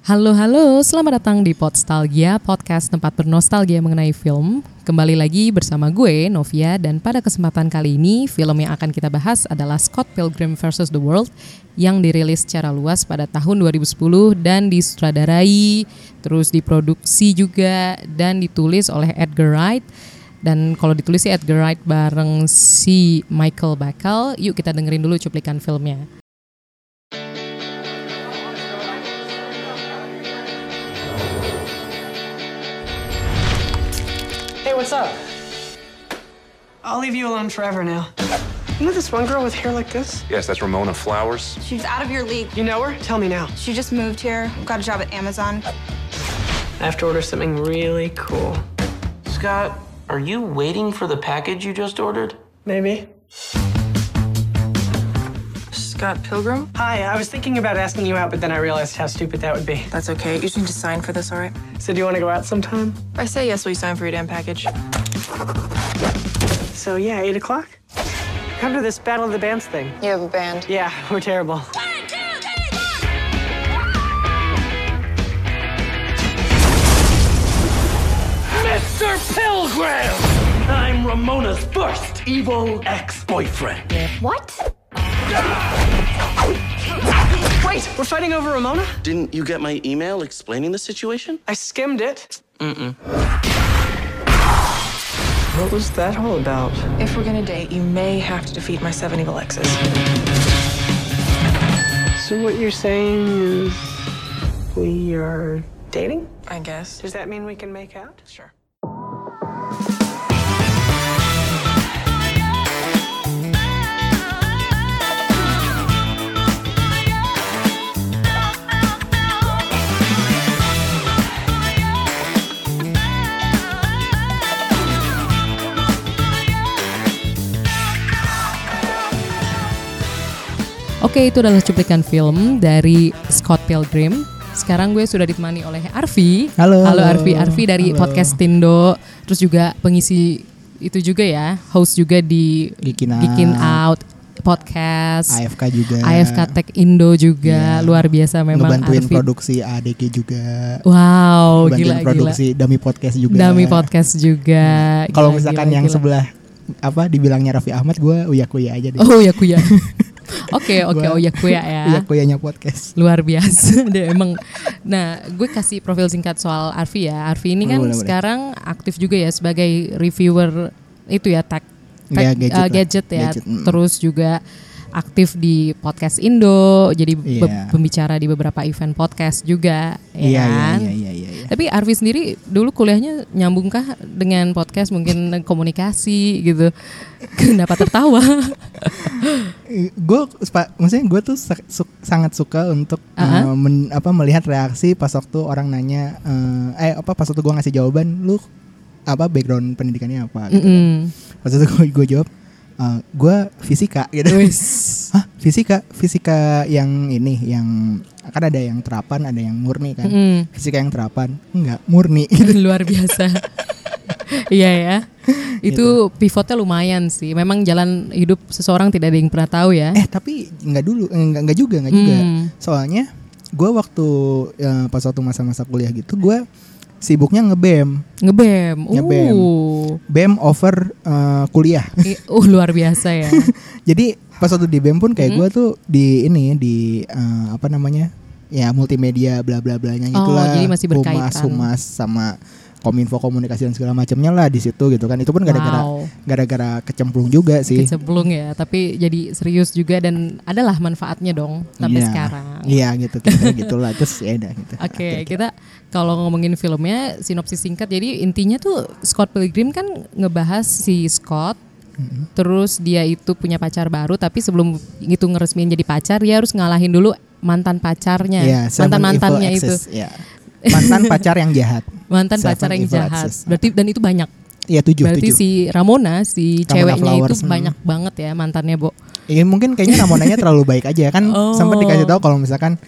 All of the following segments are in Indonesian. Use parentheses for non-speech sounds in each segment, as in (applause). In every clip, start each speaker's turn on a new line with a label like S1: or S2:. S1: Halo halo, selamat datang di Podstalgia, podcast tempat bernostalgia mengenai film. Kembali lagi bersama gue, Novia, dan pada kesempatan kali ini film yang akan kita bahas adalah Scott Pilgrim vs. The World yang dirilis secara luas pada tahun 2010 dan disutradarai, terus diproduksi juga dan ditulis oleh Edgar Wright. Dan kalau ditulis sih Edgar Wright bareng si Michael Bacall. Yuk kita dengerin dulu cuplikan filmnya.
S2: Hey, what's up? I'll leave you alone forever now. You know this one girl with hair like this?
S3: Yes, that's Ramona Flowers.
S4: She's out of your league.
S2: You know her? Tell me now.
S4: She just moved here, got a job at Amazon.
S2: I have to order something really cool.
S5: Scott, are you waiting for the package you just ordered?
S2: Maybe.
S6: Scott Pilgrim?
S2: Hi, I was thinking about asking you out, but then I realized how stupid that would be.
S6: That's okay. You just need to sign for this, all right?
S2: So, do you want to go out sometime?
S6: If I say yes, will you sign for your damn package?
S2: So, yeah, 8 o'clock? Come to this Battle of the Bands thing.
S6: You have a band.
S2: Yeah, (laughs) we're terrible.
S7: Mr. Pilgrim! I'm Ramona's first evil ex boyfriend.
S2: Wait, we're fighting over Ramona?
S8: Didn't you get my email explaining the situation?
S2: I skimmed it. Mm-mm. What was that all about?
S6: If we're gonna date, you may have to defeat my seven evil exes.
S2: So, what you're saying is we are dating?
S6: I guess.
S2: Does that mean we can make out?
S6: Sure.
S1: Oke, itu adalah cuplikan film dari Scott Pilgrim. Sekarang gue sudah ditemani oleh Arfi.
S9: Halo.
S1: Halo Arfi. Arfi dari
S9: Halo.
S1: podcast Tindo, terus juga pengisi itu juga ya, host juga di
S9: Geekin Out.
S1: Geekin Out podcast.
S9: AFK juga.
S1: AFK Tech Indo juga
S9: Iya.
S1: luar biasa memang
S9: Ngebantuin
S1: Arfi.
S9: produksi ADG juga.
S1: Wow,
S9: Ngebantuin
S1: Oh, gila gila.
S9: produksi Dami Podcast juga.
S1: Dami podcast juga.
S9: Kalau
S1: Gila,
S9: misalkan
S1: gila,
S9: yang
S1: gila.
S9: sebelah apa dibilangnya Raffi Ahmad gue uya-kuya aja deh.
S1: Oh ya
S9: (laughs)
S1: kuya. Oke oke
S9: Gua-
S1: oh ya
S9: (laughs)
S1: kuya ya.
S9: Uya-kuyanya podcast.
S1: Luar biasa (laughs) deh emang. Nah, gue kasih profil singkat soal Arfi ya. Arfi ini kan
S9: Boleh, boleh.
S1: sekarang aktif juga ya sebagai reviewer itu ya tech,
S9: Ya,
S1: tech,
S9: gadget
S1: eh,
S9: lah.
S1: gadget ya.
S9: Gadget, mm.
S1: Terus juga aktif di podcast Indo, jadi be-
S9: Iya.
S1: pembicara di beberapa event podcast juga ya
S9: Iya iya
S1: kan?
S9: iya iya iya.
S1: Tapi Arfi sendiri dulu kuliahnya nyambungkah dengan podcast mungkin komunikasi gitu? (laughs) Kenapa tertawa? (laughs)
S9: Gue maksudnya gue tuh sa- su- sangat suka untuk
S1: Uh-huh.
S9: eh, men- apa melihat reaksi pas waktu orang nanya eh eh, apa pas waktu gue ngasih jawaban lu apa background pendidikannya apa gitu.
S1: Mm-mm.
S9: Pas itu gue, gue jawab gue fisika gitu. Hah, fisika? Fisika yang ini yang kan ada yang terapan, ada yang murni kan.
S1: Mm-mm.
S9: Fisika yang terapan enggak murni. (laughs)
S1: (laughs) Luar biasa. Iya ya.
S9: Gitu.
S1: Itu pivotnya lumayan sih. Memang jalan hidup seseorang tidak ada yang pernah tahu ya.
S9: eh, tapi enggak dulu, eh, enggak enggak juga, enggak juga.
S1: Hmm.
S9: Soalnya gue waktu eh, pas waktu masa-masa kuliah gitu gue sibuknya ngebem,
S1: Ngebem.
S9: Ngebem.
S1: Uh.
S9: bem over eh, kuliah.
S1: I- Uh luar biasa
S9: (laughs)
S1: ya.
S9: Jadi pas waktu di BEM pun kayak gue
S1: Mm-hmm.
S9: tuh di ini di eh, apa namanya ya multimedia bla bla blanya
S1: Oh,
S9: gitulah.
S1: jadi masih berkaitan.
S9: Humas humas sama kominfo komunikasi dan segala macamnya lah di situ gitu kan. Itu pun gara-gara
S1: Wow.
S9: gara-gara kecemplung juga sih.
S1: Sebelum ya, tapi jadi serius juga dan adalah manfaatnya dong sampai
S9: Iya.
S1: sekarang.
S9: Iya gitu kira gitulah terus ya udah gitu.
S1: Oke,
S9: Akhirnya.
S1: kita kalau ngomongin filmnya sinopsis singkat. Jadi intinya tuh Scott Pilgrim kan ngebahas si Scott
S9: Mm-hmm.
S1: terus dia itu punya pacar baru tapi sebelum itu ngeresmiin jadi pacar dia harus ngalahin dulu mantan pacarnya.
S9: Iya, seven
S1: mantan mantannya ya.
S9: evil
S1: itu.
S9: exes, iya. Mantan pacar yang jahat.
S1: Mantan
S9: Seven
S1: pacar yang
S9: evil
S1: jahat.
S9: exes.
S1: Berarti dan itu banyak.
S9: Iya tujuh
S1: Berarti
S9: tujuh.
S1: si Ramona si
S9: Ramona
S1: ceweknya itu
S9: Flowers, hmm.
S1: banyak banget ya mantannya, Bo.
S9: Ya mungkin kayaknya Ramonanya terlalu baik aja kan
S1: Oh.
S9: sempat dikasih tahu kalau misalkan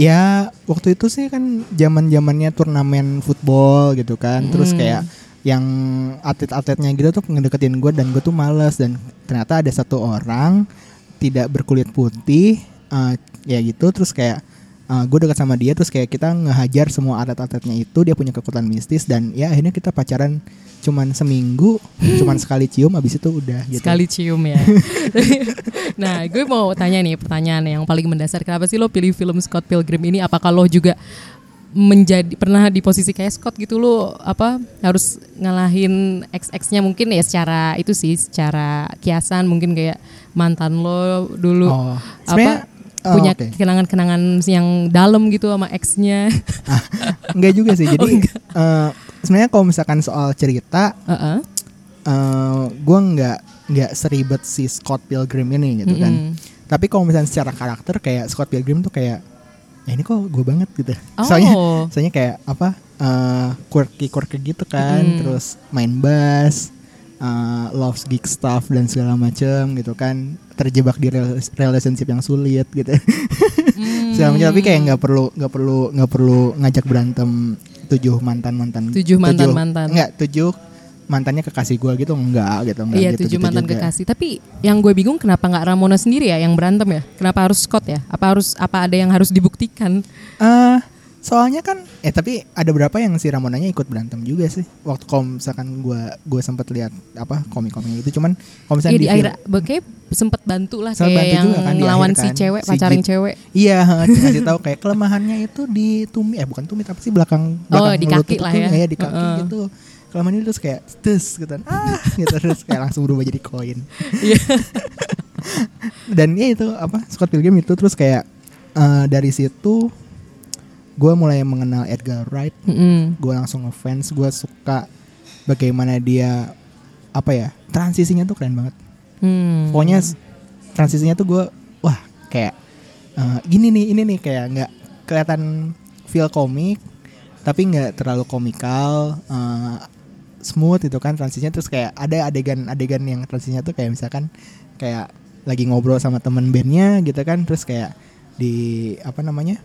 S9: ya waktu itu sih kan zaman-zamannya turnamen football gitu kan. Terus kayak yang atlet-atletnya gitu tuh ngedeketin gue dan gue tuh males dan ternyata ada satu orang tidak berkulit putih eh, ya gitu terus kayak eh, gue dekat sama dia terus kayak kita ngehajar semua atlet-atletnya itu dia punya kekuatan mistis dan ya akhirnya kita pacaran cuman seminggu cuman sekali cium habis itu udah gitu
S1: Sekali cium
S9: (laughs)
S1: ya. nah, gue mau tanya nih pertanyaan yang paling mendasar. Kenapa sih lo pilih film Scott Pilgrim ini? Apakah lo juga menjadi pernah di posisi kayak Scott gitu lo apa harus ngalahin XX-nya mungkin ya secara itu sih secara kiasan mungkin kayak mantan lo dulu
S9: Oh.
S1: apa
S9: Sebenarnya- oh,
S1: punya
S9: oke.
S1: kenangan-kenangan yang dalam gitu sama
S9: (laughs)
S1: X-nya.
S9: Ah, enggak juga sih jadi eh, sebenarnya kalau misalkan soal cerita
S1: Heeh.
S9: eh gue nggak nggak seribet si Scott Pilgrim ini gitu kan. Tapi kalau misalnya secara karakter kayak Scott Pilgrim tuh kayak ya ini kok gue banget gitu.
S1: Oh.
S9: Soalnya soalnya kayak apa eh quirky quirky gitu kan, terus main bass, eh loves geek stuff dan segala macem gitu kan. Terjebak di rel- relationship yang sulit gitu. (laughs) segala macam tapi kayak nggak perlu nggak perlu nggak perlu ngajak berantem tujuh mantan mantan
S1: Tujuh mantan-mantan.
S9: nggak Ya, tujuh mantannya kekasih gue gitu enggak gitu enggak
S1: Iya
S9: gitu,
S1: tujuh
S9: gitu
S1: mantan
S9: juga.
S1: kekasih. Tapi yang gue bingung kenapa nggak Ramona sendiri ya yang berantem ya? Kenapa harus Scott ya? Apa harus apa ada yang harus dibuktikan?
S9: Eh, soalnya kan eh tapi ada berapa yang si Ramonanya ikut berantem juga sih waktu kalau misalkan gue gue sempat lihat apa komik-komiknya itu cuman kalau
S1: Iya
S9: misalkan
S1: di akhir, kayak sempet bantu lah
S9: Sama
S1: kayak
S9: bantu
S1: yang
S9: juga kan di
S1: ngelawan
S9: akhir
S1: si
S9: kan,
S1: cewek,
S9: si
S1: pacarin
S9: Git. (laughs)
S1: cewek. (laughs)
S9: Iya, kasih tahu kayak kelemahannya itu di tumi eh bukan tumit apa sih belakang
S1: Oh,
S9: belakang
S1: di
S9: lutut
S1: kaki lah
S9: itu,
S1: ya.
S9: di kaki
S1: Heeh.
S9: gitu. Kelemahannya terus kayak tes gitu. Ah, gitu terus kayak langsung berubah jadi koin.
S1: Iya.
S9: Dan ya itu apa Scott Pilgrim itu terus kayak eh, dari situ gue mulai mengenal Edgar Wright.
S1: Mm-mm.
S9: Gue langsung ngefans, gue suka bagaimana dia apa ya transisinya tuh keren banget.
S1: Hmm.
S9: Pokoknya s- transisinya tuh gue wah kayak eh, gini nih ini nih kayak nggak kelihatan feel komik tapi nggak terlalu komikal eh, smooth itu kan transisinya terus kayak ada adegan-adegan yang transisinya tuh kayak misalkan kayak lagi ngobrol sama temen bandnya gitu kan terus kayak di apa namanya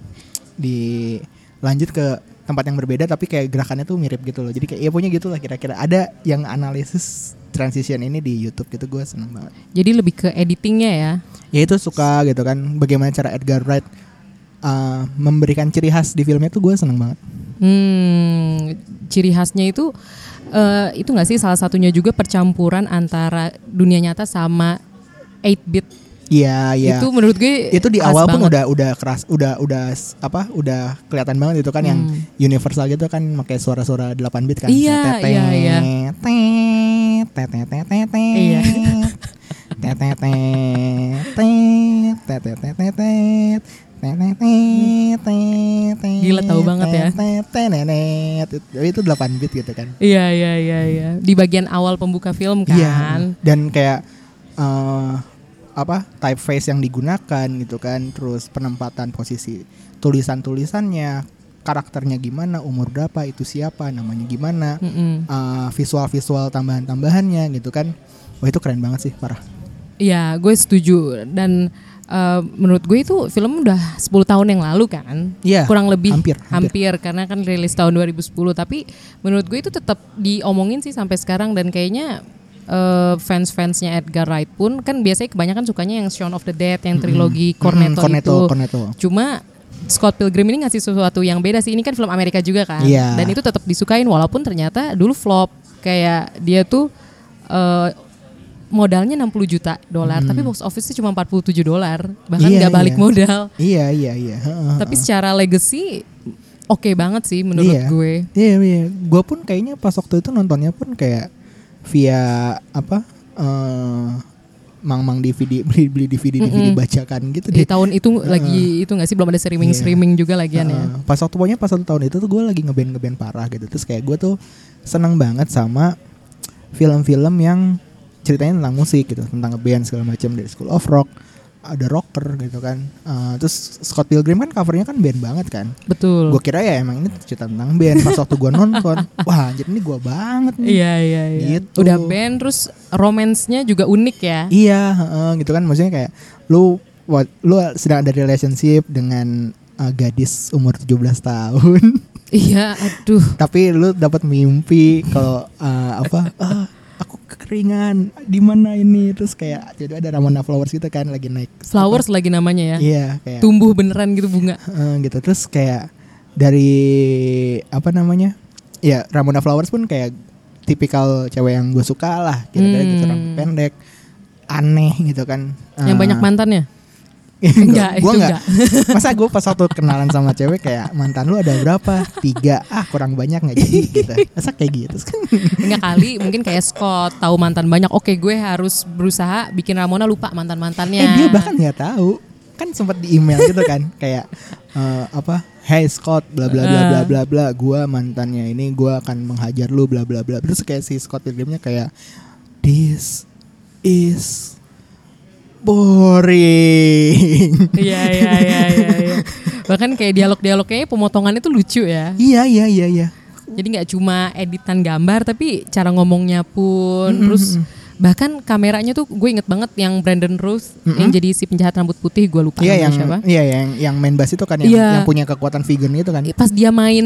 S9: di lanjut ke tempat yang berbeda tapi kayak gerakannya tuh mirip gitu loh jadi kayak ya punya gitu lah kira-kira ada yang analisis transition ini di YouTube gitu gue seneng banget
S1: Jadi lebih ke editingnya ya.
S9: ya itu suka gitu kan bagaimana cara Edgar Wright uh, memberikan ciri khas di filmnya tuh gue seneng banget
S1: Hmm, ciri khasnya itu eh, itu nggak sih salah satunya juga percampuran antara dunia nyata sama 8 bit.
S9: iya iya
S1: Itu menurut gue
S9: itu di
S1: khas
S9: awal pun
S1: banget.
S9: udah udah keras udah udah s- apa udah kelihatan banget itu kan yang universal gitu kan pakai suara-suara 8 bit kan
S1: Iya,
S9: Tetet,
S1: iya, iya.
S9: tetet, tetet, tetet, tetet.
S1: Iya.
S9: Tetet, tetet, tetet, tetet, tetet, tetet,
S1: Gila, tahu banget ya.
S9: tetet, tetet. itu 8 bit gitu kan
S1: Iya iya iya iya. Di bagian awal pembuka film
S9: Iya.
S1: kan.
S9: Dan kayak eh apa typeface yang digunakan gitu kan, terus penempatan posisi tulisan-tulisannya, karakternya gimana, umur berapa, itu siapa, namanya gimana,
S1: Mm-mm.
S9: eh, visual-visual tambahan-tambahannya gitu kan. Wah itu keren banget sih, parah.
S1: Iya, gue setuju dan eh, menurut gue itu film udah 10 tahun yang lalu kan.
S9: Iya,
S1: Kurang lebih
S9: hampir,
S1: hampir
S9: hampir.
S1: karena kan rilis tahun 2010 tapi menurut gue itu tetap diomongin sih sampai sekarang dan kayaknya eh, fans-fansnya Edgar Wright pun kan biasanya kebanyakan sukanya yang Shaun of the Dead yang trilogi Cornetto,
S9: Mm-mm, Cornetto,
S1: itu.
S9: Cornetto.
S1: Cuma Scott Pilgrim ini ngasih sesuatu yang beda sih. Ini kan film Amerika juga kan.
S9: Iya.
S1: Dan itu tetap disukain walaupun ternyata dulu flop. Kayak dia tuh eh, modalnya 60 juta dolar, tapi box office-nya cuma 47 dolar, bahkan
S9: Hmm. Iya,
S1: nggak balik
S9: iya.
S1: modal.
S9: Iya iya iya. Heeh,
S1: Tapi
S9: heeh.
S1: secara legacy oke banget sih menurut
S9: Iya.
S1: gue.
S9: Iya iya. Gue pun kayaknya pas waktu itu nontonnya pun kayak via apa? eh mang-mang DVD (laughs) beli beli DVD DVD bacakan gitu
S1: Di
S9: deh.
S1: tahun itu lagi itu nggak sih belum ada streaming streaming juga lagian ya.
S9: Iya. Heeh. Eh, Pas waktu pokoknya pas satu tahun itu tuh gue lagi ngeband ngeband parah gitu. Terus kayak gue tuh seneng banget sama film-film yang ceritanya tentang musik gitu, tentang ngeband segala macam dari School of Rock, ada rocker gitu kan. Eh, terus Scott Pilgrim kan covernya kan band banget kan.
S1: Betul.
S9: Gue kira ya emang ini cerita tentang band. Pas waktu gue
S1: (laughs)
S9: nonton, wah anjir ini gue banget nih.
S1: Iya iya iya.
S9: Gitu.
S1: Udah band terus romance-nya juga unik ya.
S9: Iya, heeh, gitu kan maksudnya kayak lu wa- lu sedang ada relationship dengan eh, gadis umur 17 tahun. (laughs)
S1: Iya, aduh.
S9: tapi lu dapat mimpi kalau eh, apa ah, aku ke- ringan di mana ini terus kayak jadi ada Ramona Flowers gitu kan lagi naik
S1: Flowers lagi namanya ya.
S9: iya kayak
S1: Tumbuh beneran gitu bunga.
S9: eh, gitu terus kayak dari apa namanya ya Ramona Flowers pun kayak tipikal cewek yang gue suka lah kira-kira gitu rambut pendek aneh gitu kan
S1: Hmm. Yang banyak
S9: (laughs) Eh,
S1: mantannya. Enggak,
S9: Enggak,
S1: itu
S9: gue enggak. (laughs) Masa gue pas waktu kenalan sama cewek kayak mantan lu ada berapa? Tiga, ah kurang banyak nggak jadi gitu. Masa kayak gitu kan?
S1: Enggak kali mungkin kayak Scott tahu mantan banyak. Oke, gue harus berusaha bikin Ramona lupa mantan-mantannya.
S9: Eh dia bahkan nggak tahu. Kan sempat di email gitu kan, (laughs) kayak eh, apa? Hey Scott, bla bla bla
S1: Eh.
S9: bla bla bla. Gue mantannya ini, gue akan menghajar lu, bla bla bla. Terus kayak si Scott Pilgrimnya kayak this is boring.
S1: Iya, iya, iya, iya, iya. Bahkan kayak dialog-dialognya pemotongannya tuh lucu ya.
S9: (laughs) iya iya iya iya.
S1: Jadi nggak cuma editan gambar tapi cara ngomongnya pun terus bahkan kameranya tuh gue inget banget yang Brandon Rose yang jadi si penjahat rambut putih gue lupa
S9: Iya
S1: namanya
S9: yang
S1: siapa.
S9: iya yang yang main bass itu kan yang,
S1: Iya.
S9: yang punya kekuatan vegan itu kan.
S1: Pas dia main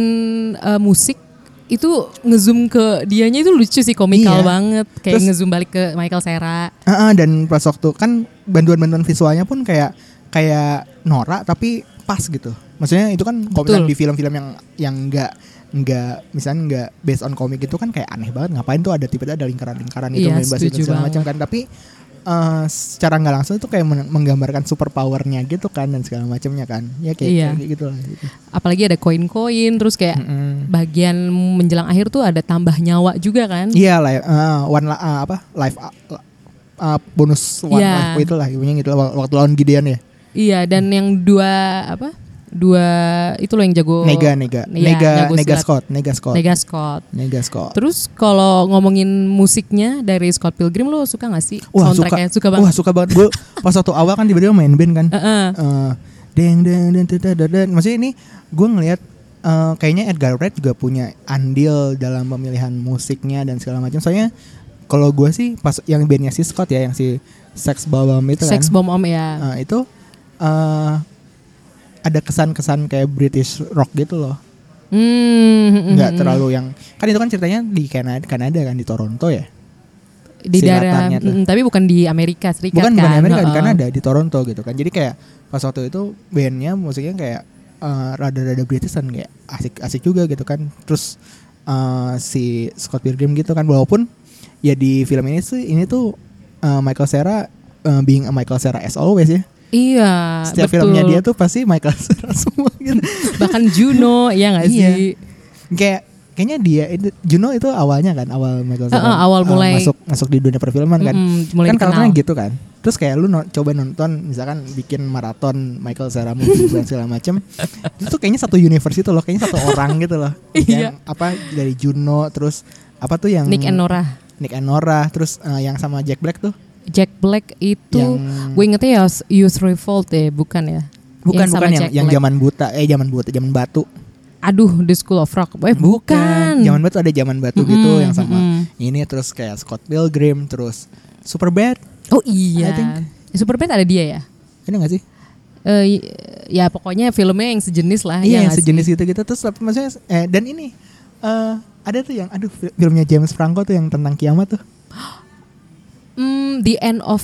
S1: eh, musik itu ngezoom ke dianya itu lucu sih komikal
S9: Iya.
S1: banget kayak
S9: Terus-
S1: ngezoom balik ke Michael Cera.
S9: Heeh, dan pas waktu kan bantuan-bantuan visualnya pun kayak kayak norak tapi pas gitu. Maksudnya itu kan kalau
S1: Betul.
S9: misalnya di film-film yang yang enggak enggak misalnya enggak based on komik itu kan kayak aneh banget ngapain tuh ada tiba-tiba ada lingkaran-lingkaran itu
S1: Iya,
S9: main bass itu
S1: setuju
S9: segala macam
S1: banget.
S9: kan tapi eh, secara nggak langsung itu kayak men- menggambarkan super powernya gitu kan dan segala macamnya kan ya kayak,
S1: Iya.
S9: kayak gitu lah gitu.
S1: Apalagi ada koin-koin terus kayak bagian menjelang akhir tuh ada tambah nyawa juga kan.
S9: Iya lah, eh, one la- eh, apa live ah, la- ah, bonus one
S1: Iya.
S9: life itu lah, ibunya gitu lah, waktu lawan Gideon ya.
S1: Iya dan yang dua apa dua itu loh yang jago
S9: Nega, Nega,
S1: Iya,
S9: Nega,
S1: jago
S9: Nega
S1: silat.
S9: Scott, Nega Scott,
S1: Nega Scott.
S9: Nega Scott.
S1: Terus kalau ngomongin musiknya dari Scott Pilgrim lo suka gak sih
S9: Wah suka,
S1: soundtracknya? Suka banget.
S9: Wah suka banget.
S1: (laughs)
S9: Gue pas waktu awal kan tiba-tiba main band kan.
S1: Heeh.
S9: Eh, Deng deng deng deng deng, deng deng. Maksudnya ini gue ngelihat eh, kayaknya Edgar Wright juga punya andil dalam pemilihan musiknya dan segala macam. Soalnya kalau gue sih pas yang bandnya si Scott ya, yang si Sex Bomb itu kan.
S1: Sex Bomb Om ya.
S9: Nah, itu eh ada kesan-kesan kayak British rock gitu loh.
S1: Hmm, hmm, hmm,
S9: Nggak
S1: hmm.
S9: terlalu yang kan itu kan ceritanya di Kanada, Kanada kan di Toronto ya.
S1: di daerah
S9: silatannya tuh.
S1: mm, tapi bukan di Amerika Serikat
S9: Bukan
S1: kan.
S9: bukan di Amerika di
S1: Heeh.
S9: Kanada uh-uh. di Toronto gitu kan. Jadi kayak pas waktu itu bandnya musiknya kayak eh, rada-rada Britishan kayak asik-asik juga gitu kan. Terus eh, si Scott Pilgrim gitu kan walaupun ya di film ini sih ini tuh eh, Michael Cera eh, being a Michael Cera as always ya.
S1: Iya,
S9: Setiap
S1: betul.
S9: filmnya dia tuh pasti Michael (laughs) Cera semua gitu.
S1: bahkan
S9: (laughs)
S1: Juno ya nggak
S9: Iya.
S1: sih?
S9: kayak kayaknya dia itu Juno itu awalnya kan awal Michael
S1: Heeh,
S9: Cera,
S1: awal
S9: uh,
S1: mulai-
S9: masuk masuk di dunia perfilman kan
S1: Mm-mm, mulai
S9: kan
S1: dikenal.
S9: karakternya gitu kan terus kayak lu no- coba nonton misalkan bikin maraton Michael Cera movie (laughs) dan segala macem itu tuh kayaknya satu universe itu loh kayaknya
S1: (laughs)
S9: satu orang gitu loh
S1: Iya.
S9: yang apa dari Juno terus apa tuh yang
S1: Nick and Nora.
S9: Nick and Nora terus eh, yang sama Jack Black tuh
S1: Jack Black itu
S9: Yang-
S1: gue ingetnya ya Youth Revolt ya, bukan ya?
S9: bukan
S1: sama
S9: bukan yang
S1: Jack
S9: yang
S1: Black.
S9: zaman buta eh zaman buta zaman batu
S1: Aduh, The School of Rock. Eh, bukan.
S9: Zaman batu ada zaman batu gitu yang sama
S1: mm-mm.
S9: ini terus kayak Scott Pilgrim terus Superbad.
S1: Oh
S9: I
S1: iya.
S9: think.
S1: Superbad ada dia ya?
S9: Ini gak sih?
S1: Eh, y- ya pokoknya filmnya yang sejenis lah. ya
S9: iya, yang
S1: Ah, nggak sih?
S9: sejenis gitu-gitu terus tapi maksudnya eh, dan ini eh, ada tuh yang aduh fil- filmnya James Franco tuh yang tentang kiamat
S1: (laughs)
S9: tuh.
S1: Hmm, the end of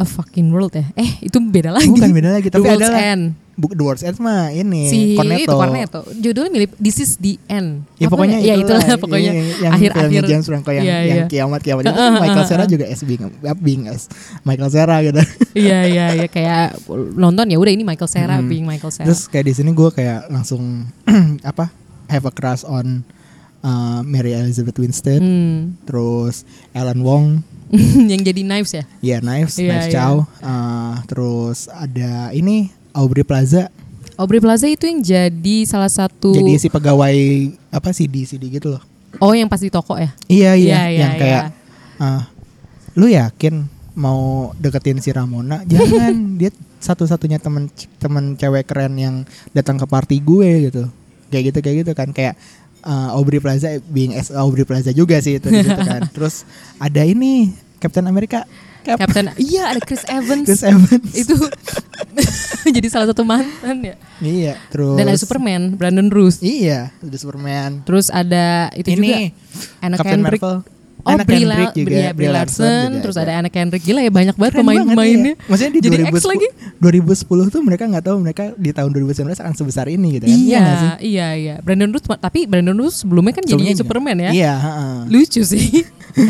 S1: a fucking world ya. Eh, itu beda lagi.
S9: Bukan beda lagi tapi
S1: the World's
S9: ada lah.
S1: End.
S9: Bu, The World's End mah ini
S1: Si itu
S9: Cornetto.
S1: Cornetto. Judulnya mirip This is the end.
S9: Ya
S1: Apa
S9: pokoknya
S1: ya itulah pokoknya
S9: Iya, yang
S1: akhir-akhir
S9: filmnya James Franco yang,
S1: Iya,
S9: yang
S1: iya.
S9: kiamat kiamat itu
S1: (laughs)
S9: kan Michael Cera juga as being, being as eh, Michael Cera gitu.
S1: Iya iya iya kayak nonton ya udah ini Michael Cera being Michael Cera.
S9: Hmm. Terus kayak di sini gue kayak langsung (clears throat) apa have a crush on uh, Mary Elizabeth Winstead,
S1: Hmm.
S9: terus Ellen Wong,
S1: (laughs) yang jadi knives ya.
S9: ya Knives,
S1: Iya,
S9: Knives
S1: iya.
S9: Chow, uh, terus ada ini Aubrey Plaza,
S1: Aubrey Plaza itu yang jadi salah satu
S9: jadi si pegawai apa CD CD gitu loh.
S1: Oh yang pas di toko ya.
S9: Iya iya,
S1: Iya, iya,
S9: yang kayak uh, lu yakin mau deketin si
S1: (laughs)
S9: Ramona? Jangan, dia satu-satunya temen temen cewek keren yang datang ke party gue gitu. Kayak gitu kayak gitu kan kayak uh, Aubrey Plaza being as Aubrey Plaza juga sih
S1: (laughs)
S9: itu gitu kan. Terus ada ini Captain America Cap-
S1: Captain iya ada
S9: (laughs)
S1: Chris Evans.
S9: Chris Evans.
S1: itu (laughs) jadi salah satu mantan ya.
S9: Iya, terus
S1: Dan ada Superman, Brandon Roos.
S9: Iya, ada Superman.
S1: Terus ada itu
S9: Ini,
S1: juga Anna
S9: Captain
S1: Kendrick.
S9: Marvel.
S1: Oh,
S9: Anak
S1: Brie,
S9: Kendrick
S1: La-
S9: juga,
S1: Brie- Brie
S9: Brie Larson
S1: Larson,
S9: juga
S1: terus
S9: ada.
S1: ada anak Kendrick gila ya banyak banget
S9: Keren banget ya.
S1: pemain-pemainnya.
S9: Maksudnya di
S1: Jadi
S9: 2010,
S1: X lagi.
S9: 2010 tuh mereka nggak tahu mereka di tahun 2019 akan sebesar ini gitu kan.
S1: Iya,
S9: nggak sih?
S1: iya, iya. Brandon Ruth tapi Brandon Ruth sebelumnya kan jadinya
S9: Sebelumnya.
S1: Superman ya.
S9: Iya, heeh.
S1: Lucu sih. (laughs)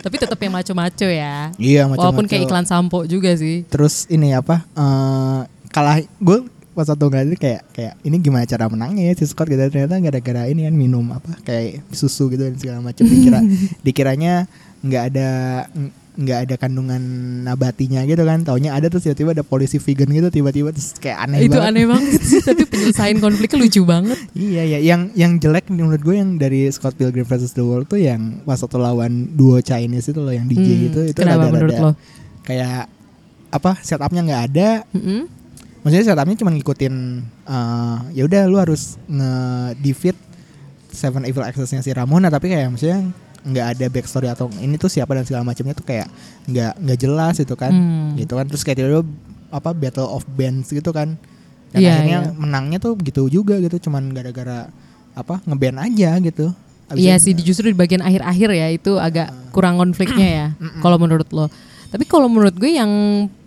S1: tapi tetap yang maco-maco ya.
S9: Iya, maco-maco.
S1: Walaupun kayak iklan sampo juga sih.
S9: Terus ini apa? eh, kalah gue pas satu ngeliat kayak kayak ini gimana cara menangnya ya si Scott gitu ternyata gara-gara ini kan minum apa kayak susu gitu dan segala macam
S1: (laughs)
S9: dikira dikiranya nggak ada nggak ada kandungan nabatinya gitu kan taunya ada terus tiba-tiba ada polisi vegan gitu tiba-tiba terus kayak aneh
S1: Itu
S9: banget.
S1: aneh banget sih, tapi penyelesaian konfliknya lucu
S9: (laughs)
S1: banget.
S9: Iya ya, yang yang jelek menurut gue yang dari Scott Pilgrim versus the World tuh yang pas satu lawan duo Chinese itu loh yang DJ
S1: Hmm,
S9: itu itu
S1: kenapa
S9: rada-rada
S1: menurut lo?
S9: kayak apa setupnya nggak ada,
S1: Mm-mm.
S9: maksudnya setupnya cuma ngikutin eh, ya udah lu harus nge defeat Seven Evil Access-nya si Ramona tapi kayak maksudnya nggak ada backstory atau ini tuh siapa dan segala macamnya tuh kayak nggak nggak jelas itu kan
S1: Hmm.
S9: gitu kan terus kayak tiba-tiba apa battle of bands gitu kan dan
S1: Iya,
S9: akhirnya
S1: iya.
S9: menangnya tuh gitu juga gitu cuman gara-gara apa ngeband aja gitu Abis
S1: Iya
S9: itu-
S1: sih, di- justru di bagian akhir-akhir ya itu agak kurang konfliknya
S9: (clears throat)
S1: ya, kalau menurut lo. Tapi kalau menurut gue yang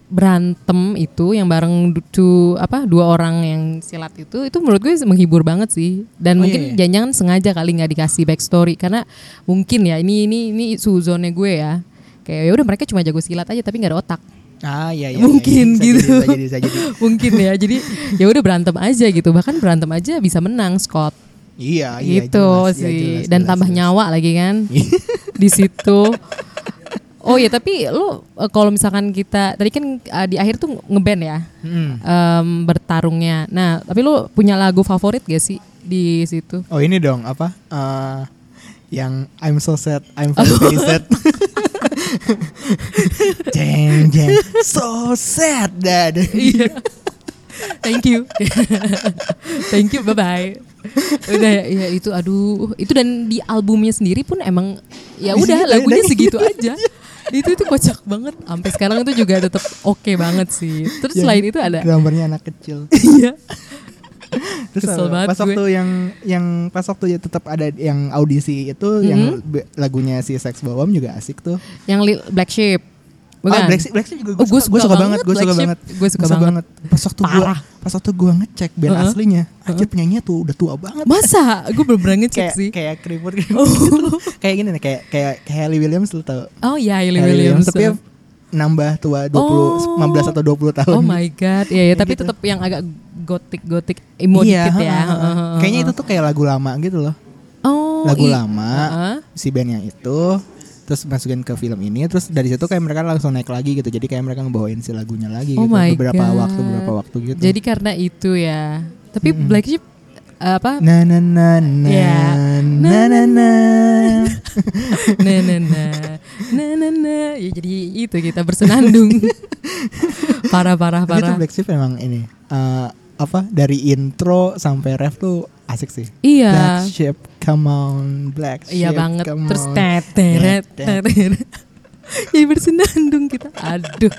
S1: berantem itu yang bareng du- du- apa dua orang yang silat itu itu menurut gue menghibur banget sih dan
S9: Oh,
S1: mungkin
S9: iya, iya.
S1: jangan sengaja kali nggak dikasih backstory karena mungkin ya ini ini ini suzonnya gue ya kayak ya udah mereka cuma jago silat aja tapi nggak ada otak
S9: ah iya iya
S1: mungkin
S9: iya, bisa
S1: gitu
S9: jadi, bisa jadi, bisa jadi.
S1: (laughs) mungkin ya jadi ya udah berantem aja gitu bahkan berantem aja bisa menang Scott
S9: iya iya
S1: gitu
S9: jelas, iya,
S1: sih
S9: jelas,
S1: dan
S9: jelas,
S1: tambah
S9: jelas.
S1: nyawa lagi
S9: (laughs)
S1: kan di situ oh ya tapi lu eh, kalau misalkan kita tadi kan eh, di akhir tuh ngeband ya
S9: Hmm.
S1: em, bertarungnya nah tapi lu punya lagu favorit gak sih di situ
S9: Oh ini dong apa? Eh, yang I'm so sad, I'm
S1: Oh.
S9: very
S1: (laughs)
S9: sad. jeng jeng, so sad dad.
S1: iya (laughs) thank you (laughs) thank you bye bye udah ya, ya itu aduh itu dan di albumnya sendiri pun emang ya
S9: Di
S1: udah
S9: situ,
S1: lagunya
S9: dan-
S1: segitu aja itu itu kocak banget sampai sekarang itu juga tetap oke banget sih terus
S9: Iya.
S1: selain itu ada
S9: Gambarnya anak kecil.
S1: (laughs) iya
S9: Terus
S1: Kesel
S9: apa?
S1: banget
S9: pas
S1: gue.
S9: waktu yang yang pas waktu ya tetap ada yang audisi itu
S1: Mm-hmm.
S9: yang be- lagunya si Sex Bomb juga asik tuh.
S1: yang li- black sheep bukan
S9: Ah, Black Sheep, Black Sheep juga
S1: Oh,
S9: gue suka, gue suka banget, gue
S1: Black
S9: suka
S1: Sheep.
S9: banget.
S1: Gue suka banget.
S9: Pas waktu gue
S1: Parah.
S9: pas waktu gue ngecek band
S1: Heeh.
S9: aslinya, aja penyanyinya tuh udah tua banget.
S1: masa gue belum pernah ngecek
S9: kayak
S1: sih
S9: kayak
S1: (laughs)
S9: gitu. keriput keriput kayak gini nih kayak kayak kayak Hayley Williams lu tau
S1: oh ya Hayley
S9: Hayley
S1: Williams,
S9: tapi nambah tua 20
S1: Oh.
S9: 15 atau 20 tahun
S1: oh my god ya, ya
S9: Kayak
S1: tapi
S9: gitu.
S1: tetap yang agak gotik gotik emo
S9: iya,
S1: dikit
S9: heeh,
S1: ya
S9: heeh. kayaknya itu tuh kayak lagu lama gitu loh
S1: oh
S9: lagu
S1: i-
S9: lama
S1: Heeh.
S9: si band yang itu terus masukin ke film ini terus dari situ kayak mereka langsung naik lagi gitu jadi kayak mereka ngebawain si lagunya lagi
S1: Oh
S9: gitu
S1: my
S9: beberapa
S1: God.
S9: waktu beberapa waktu gitu
S1: Jadi karena itu ya. Tapi Black Sheep eh, apa?
S9: na na na na
S1: Iya.
S9: na na na
S1: (laughs) Nah, nah, nah, nah, nah, nah. Ya, jadi itu kita bersenandung.
S9: (laughs)
S1: parah, parah,
S9: Tapi itu
S1: parah.
S9: Gitu, Black Sheep emang ini eh, apa dari intro sampai ref tuh asik sih.
S1: Iya.
S9: Black Sheep, come on, Black Sheep.
S1: Iya banget.
S9: come
S1: Terus
S9: on. Eh,
S1: teteret,
S9: Tet, tet.
S1: teteret. (laughs) Jadi Ya, bersenandung kita. Aduh.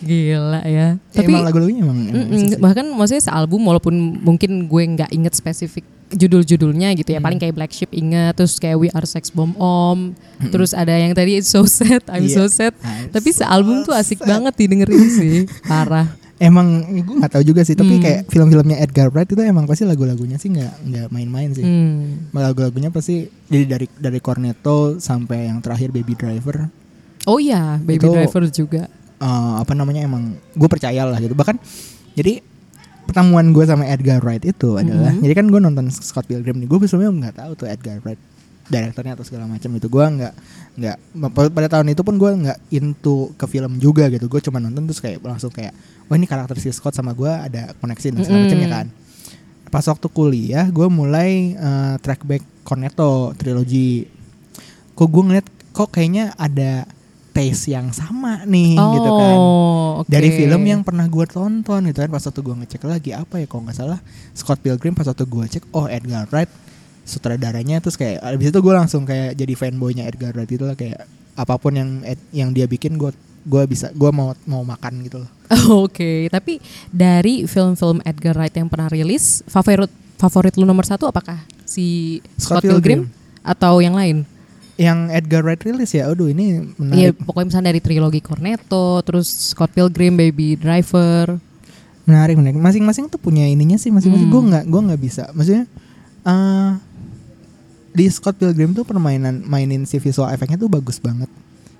S1: Gila ya. Tapi
S9: emang lagu-lagunya emang. emang
S1: Mm-mm,
S9: asik sih.
S1: bahkan maksudnya sealbum walaupun mungkin gue nggak inget spesifik judul-judulnya gitu ya
S9: Iya.
S1: paling kayak Black Sheep inget terus kayak We Are Sex Bomb Om terus ada yang tadi It's So Sad I'm
S9: Iya.
S1: So Sad
S9: I'm
S1: tapi
S9: so
S1: sealbum tuh asik
S9: sad.
S1: banget didengerin sih
S9: (laughs)
S1: parah
S9: Emang gue nggak tahu juga sih,
S1: Mm.
S9: tapi kayak film-filmnya Edgar Wright itu emang pasti lagu-lagunya sih nggak nggak main-main sih.
S1: Hmm.
S9: Lagu-lagunya pasti jadi dari dari Cornetto sampai yang terakhir Baby Driver
S1: oh iya Baby
S9: Itu-
S1: Driver juga
S9: eh, apa namanya emang gue percaya lah gitu bahkan jadi pertemuan gue sama Edgar Wright itu adalah jadi kan gue nonton Scott Pilgrim nih gue sebelumnya nggak tahu tuh Edgar Wright direkturnya atau segala macam itu gue nggak nggak pa- pada tahun itu pun gue nggak into ke film juga gitu gue cuma nonton terus kayak langsung kayak wah ini karakter si Scott sama gue ada koneksi dan segala macam ya kan pas waktu kuliah gue mulai eh, track back Cornetto trilogy kok gue ngeliat kok kayaknya ada taste yang sama nih gitu kan
S1: Oh, oke.
S9: dari film
S1: (laughs)
S9: yang pernah gue tonton gitu kan pas waktu gue ngecek lagi apa ya kalau nggak salah Scott Pilgrim pas waktu gue cek oh Edgar Wright sutradaranya terus kayak abis itu gue langsung kayak jadi fanboynya Edgar Wright itu lah kayak apapun yang Ed- yang dia bikin gue gue bisa gue mau mau makan gitu loh
S1: Oh, oke tapi dari film-film Edgar Wright yang pernah rilis favorit favorit lu nomor satu apakah si Scott,
S9: Scott
S1: Pilgrim,
S9: Pilgrim.
S1: atau yang lain
S9: yang Edgar Wright rilis ya. Aduh ini
S1: Iya,
S9: menarik.
S1: pokoknya misalnya dari trilogi Cornetto, terus Scott Pilgrim, Baby Driver.
S9: menarik menarik masing-masing tuh punya ininya sih
S1: Hmm.
S9: masing-masing gue nggak gue nggak bisa maksudnya eh di Scott Pilgrim tuh permainan mainin si visual efeknya tuh bagus banget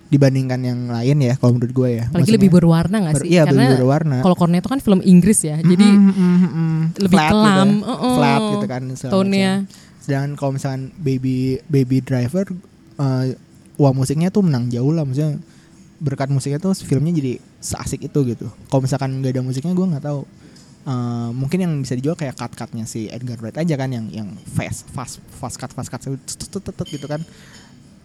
S9: dibandingkan yang lain ya kalau menurut gue ya
S1: Apalagi
S9: Maksudnya-
S1: lebih berwarna gak
S9: Ber-
S1: sih?
S9: iya, lebih
S1: Karena
S9: berwarna.
S1: kalau Cornetto kan film Inggris ya, jadi
S9: Mm, mm, mm, mm.
S1: lebih
S9: Flat
S1: kelam,
S9: gitu, ya.
S1: uh-uh.
S9: flat gitu kan segala
S1: Tone-nya.
S9: macam. sedangkan kalau misalkan baby baby driver eh wah musiknya tuh menang jauh lah maksudnya berkat musiknya tuh filmnya jadi seasik itu gitu kalau misalkan nggak ada musiknya gue nggak tahu Eh, mungkin yang bisa dijual kayak cut cutnya si Edgar Wright aja kan yang yang fast fast fast cut fast cut tut, tut, tut, tut gitu kan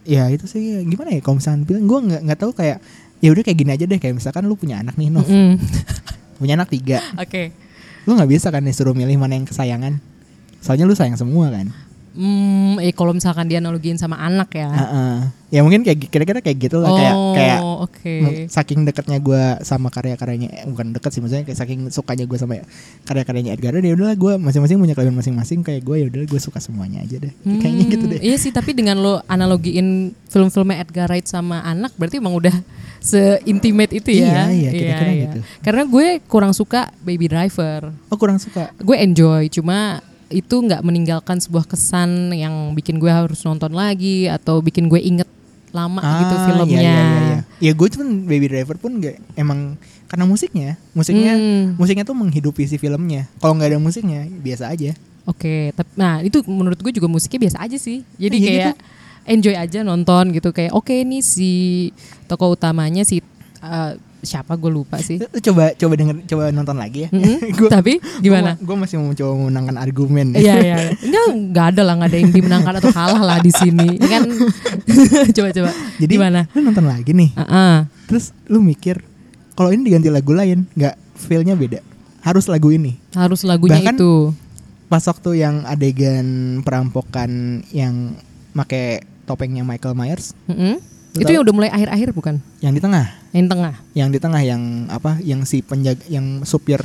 S9: ya itu sih gimana ya kalau misalkan bilang gue nggak nggak tahu kayak ya udah kayak gini aja deh kayak misalkan lu punya anak nih Nov
S1: Mm.
S9: punya anak tiga
S1: (laughs) oke.
S9: lu nggak bisa kan disuruh milih mana yang kesayangan soalnya lu sayang semua kan
S1: Hmm, eh kalau misalkan dia analogiin sama anak ya.
S9: Heeh. ya mungkin kayak gi- kira-kira kayak gitu lah kayak
S1: Oh,
S9: kayak
S1: oke.
S9: m- saking dekatnya gua sama karya-karyanya eh, bukan deket sih maksudnya kayak saking sukanya gua sama karya-karyanya Edgar Wright, ya udahlah gua masing-masing punya kelebihan masing-masing kayak gua ya udahlah gua suka semuanya aja deh kayaknya gitu deh
S1: Hmm, Iya sih, tapi dengan lo analogiin film-filmnya Edgar Wright sama anak, berarti emang udah se-intimate itu ya.
S9: Iya, iya, kira-kira gitu.
S1: Karena gue kurang suka Baby Driver.
S9: oh kurang suka
S1: Gue enjoy, cuma itu nggak meninggalkan sebuah kesan yang bikin gue harus nonton lagi atau bikin gue inget lama gitu
S9: Ah,
S1: filmnya.
S9: Iya, iya, iya, iya. Ya gue cuman Baby Driver pun gak emang karena musiknya, musiknya,
S1: Hmm.
S9: musiknya tuh menghidupi si filmnya. Kalau nggak ada musiknya biasa aja.
S1: Oke, tap- nah itu menurut gue juga musiknya biasa aja sih. Jadi
S9: Iya
S1: kayak enjoy aja nonton gitu kayak oke nih si tokoh utamanya si eh, siapa gue lupa sih.
S9: (laughs) Lu coba coba denger coba nonton lagi ya.
S1: Mm-mm.
S9: (laughs) Gua-
S1: Tapi gimana?
S9: Gue masih mau coba memenangkan argumen. (laughs)
S1: Iya iya. iya. Enggak enggak ada lah, enggak ada yang dimenangkan atau kalah lah di sini. Ya kan (laughs) coba coba.
S9: Jadi
S1: gimana? Ah.
S9: lu nonton lagi nih.
S1: Heeh.
S9: Terus lu mikir kalau ini diganti lagu lain, nggak feelnya beda. Harus lagu ini.
S1: harus lagunya
S9: Bahkan-
S1: itu.
S9: Pas waktu yang adegan perampokan yang make topengnya Michael Myers
S1: Mm-mm.
S9: Lu
S1: Itu
S9: tahu?
S1: yang udah mulai akhir-akhir bukan?
S9: yang di tengah,
S1: Yang tengah.
S9: yang di tengah yang apa? Yang si penjaga yang supir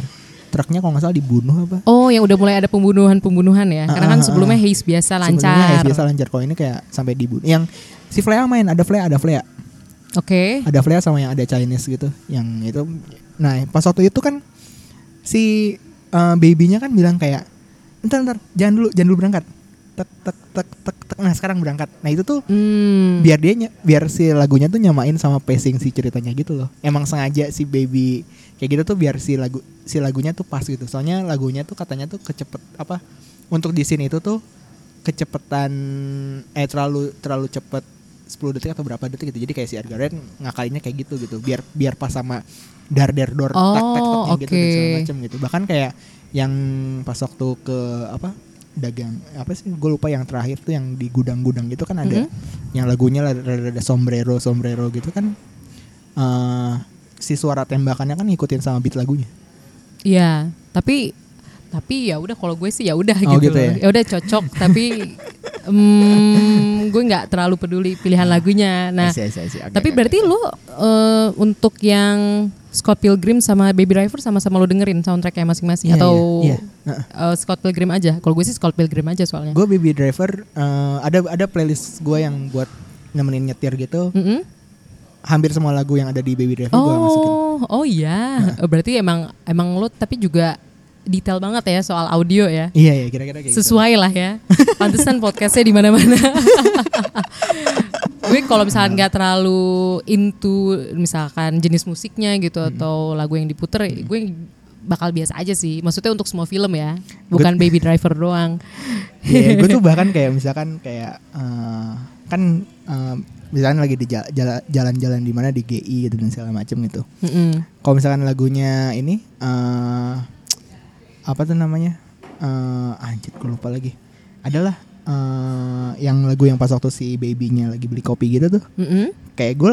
S9: truknya kalau nggak salah dibunuh apa?
S1: Oh, yang udah mulai ada pembunuhan-pembunuhan ya. Karena kan
S9: Ah, ah,
S1: sebelumnya
S9: ah.
S1: Haze biasa lancar.
S9: Sebelumnya ya biasa lancar kalau ini kayak sampai dibunuh. Yang si Flea main ada Flea, ada Flea.
S1: Oke.
S9: ada Flea sama yang ada Chinese gitu yang itu nah pas waktu itu kan si eh, babynya kan bilang kayak ntar ntar jangan dulu jangan dulu berangkat tek tek tek tek tek nah sekarang berangkat nah itu tuh
S1: Hmm.
S9: biar dia ny- biar si lagunya tuh nyamain sama pacing si ceritanya gitu loh emang sengaja si baby kayak gitu tuh biar si lagu si lagunya tuh pas gitu soalnya lagunya tuh katanya tuh kecepet apa untuk di scene itu tuh kecepetan eh terlalu terlalu cepet 10 detik atau berapa detik gitu jadi kayak si Edgar Wright ngakalinnya kayak gitu gitu biar biar pas sama dar dar dor tak tak
S1: Oh,
S9: tak gitu dan segala
S1: oke.
S9: macam gitu bahkan kayak yang pas waktu ke apa dagang apa sih gue lupa yang terakhir tuh yang di gudang-gudang gitu kan ada
S1: Mm-hmm.
S9: yang lagunya ada, ada sombrero sombrero gitu kan eh si suara tembakannya kan ngikutin sama beat lagunya
S1: Iya, tapi tapi ya udah kalau gue sih ya udah
S9: Oh,
S1: gitu.
S9: gitu
S1: loh.
S9: ya?
S1: Ya udah cocok,
S9: (laughs)
S1: tapi mm, gue nggak terlalu peduli pilihan lagunya. Nah,
S9: Ah, I see, I see, I see. Oke,
S1: tapi
S9: oke,
S1: berarti lo eh, untuk yang Scott Pilgrim sama Baby Driver sama-sama lo dengerin soundtracknya masing-masing
S9: Iya,
S1: atau
S9: iya, iya.
S1: eh, Scott Pilgrim aja? Kalau gue sih Scott Pilgrim aja soalnya.
S9: gue baby driver eh, ada ada playlist gue yang buat nemenin nyetir gitu
S1: Mm-mm.
S9: hampir semua lagu yang ada di baby driver gue masukin
S1: Mm.
S9: Nah.
S1: Oh, oh iya. Berarti emang emang lo tapi juga detail banget ya soal audio ya.
S9: iya iya kira-kira kayak gitu.
S1: sesuai lah ya. Pantesan podcastnya di mana-mana. Gue kalau misalkan
S9: Nah.
S1: nggak terlalu into misalkan jenis musiknya gitu
S9: Hmm.
S1: atau lagu yang diputer, gue bakal biasa aja sih. Maksudnya untuk semua film ya, bukan Baby Driver doang.
S9: Iya, gue
S1: (laughs)
S9: tuh bahkan kayak misalkan kayak eh, kan eh, misalkan lagi di jala- jala- jalan-jalan di mana di GI gitu dan segala macem gitu.
S1: Mm-mm.
S9: Kalau misalkan lagunya ini eh apa tuh namanya? Eh anjir gue lupa lagi. Adalah eh yang lagu yang pas waktu si babynya lagi beli kopi gitu tuh.
S1: Mm-mm.
S9: Kayak gue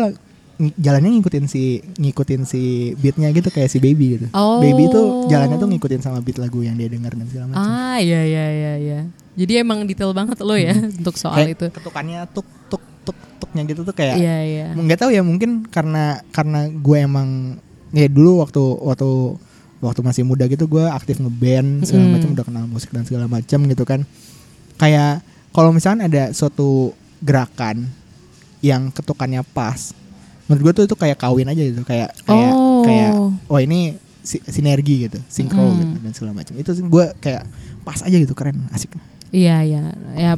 S9: jalannya ngikutin si ngikutin si beatnya gitu kayak si baby gitu.
S1: Oh.
S9: Baby tuh jalannya tuh ngikutin sama beat lagu yang dia dengar dan segala macam.
S1: Ah ya ya ya ya. Jadi emang detail banget lo ya untuk soal
S9: Hmm. Kayak
S1: itu.
S9: ketukannya tuk tuk tuk tuknya gitu tuh kayak
S1: Iya iya.
S9: nggak tahu ya mungkin karena karena gue emang ya dulu waktu waktu waktu masih muda gitu gue aktif ngeband segala macam udah kenal musik dan segala macam gitu kan kayak kalau misalnya ada suatu gerakan yang ketukannya pas menurut gue tuh itu kayak kawin aja gitu kayak kayak
S1: Oh.
S9: kayak oh ini si- sinergi gitu sinkro gitu dan segala macam itu sih gue kayak pas aja gitu keren asik
S1: Iya iya ya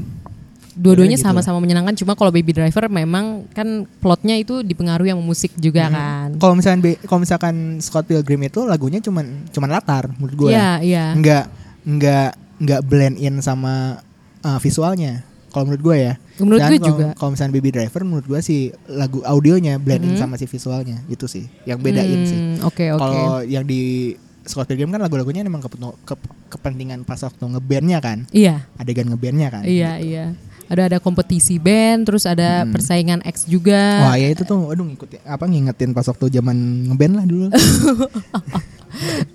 S1: dua-duanya
S9: Kira-kira gitu
S1: sama-sama menyenangkan cuma kalau Baby Driver memang kan plotnya itu dipengaruhi sama musik
S9: Hmm.
S1: juga kan.
S9: Iya. kalau misalkan be- kalau misalkan Scott Pilgrim itu lagunya cuman cuman latar menurut gue
S1: Iya iya.
S9: nggak nggak nggak blend in sama uh, visualnya kalau menurut gue ya
S1: Menurut
S9: Dan
S1: gue
S9: kalau-
S1: juga.
S9: kalau misalnya Baby Driver menurut gue sih lagu audionya blend in sama si visualnya itu sih yang bedain sih
S1: Mm-hmm. Hmm, Oke oke.
S9: kalau yang di Scott Pilgrim kan lagu-lagunya memang kepen- ke- kepentingan pas waktu ngebandnya kan
S1: Iya
S9: adegan ngebandnya kan
S1: iya iya. Ada ada kompetisi band terus ada persaingan X juga.
S9: Hmm. Wah ya itu tuh, aduh ngikutin apa ngingetin pas waktu zaman ngeband lah
S1: (laughs)
S9: dulu.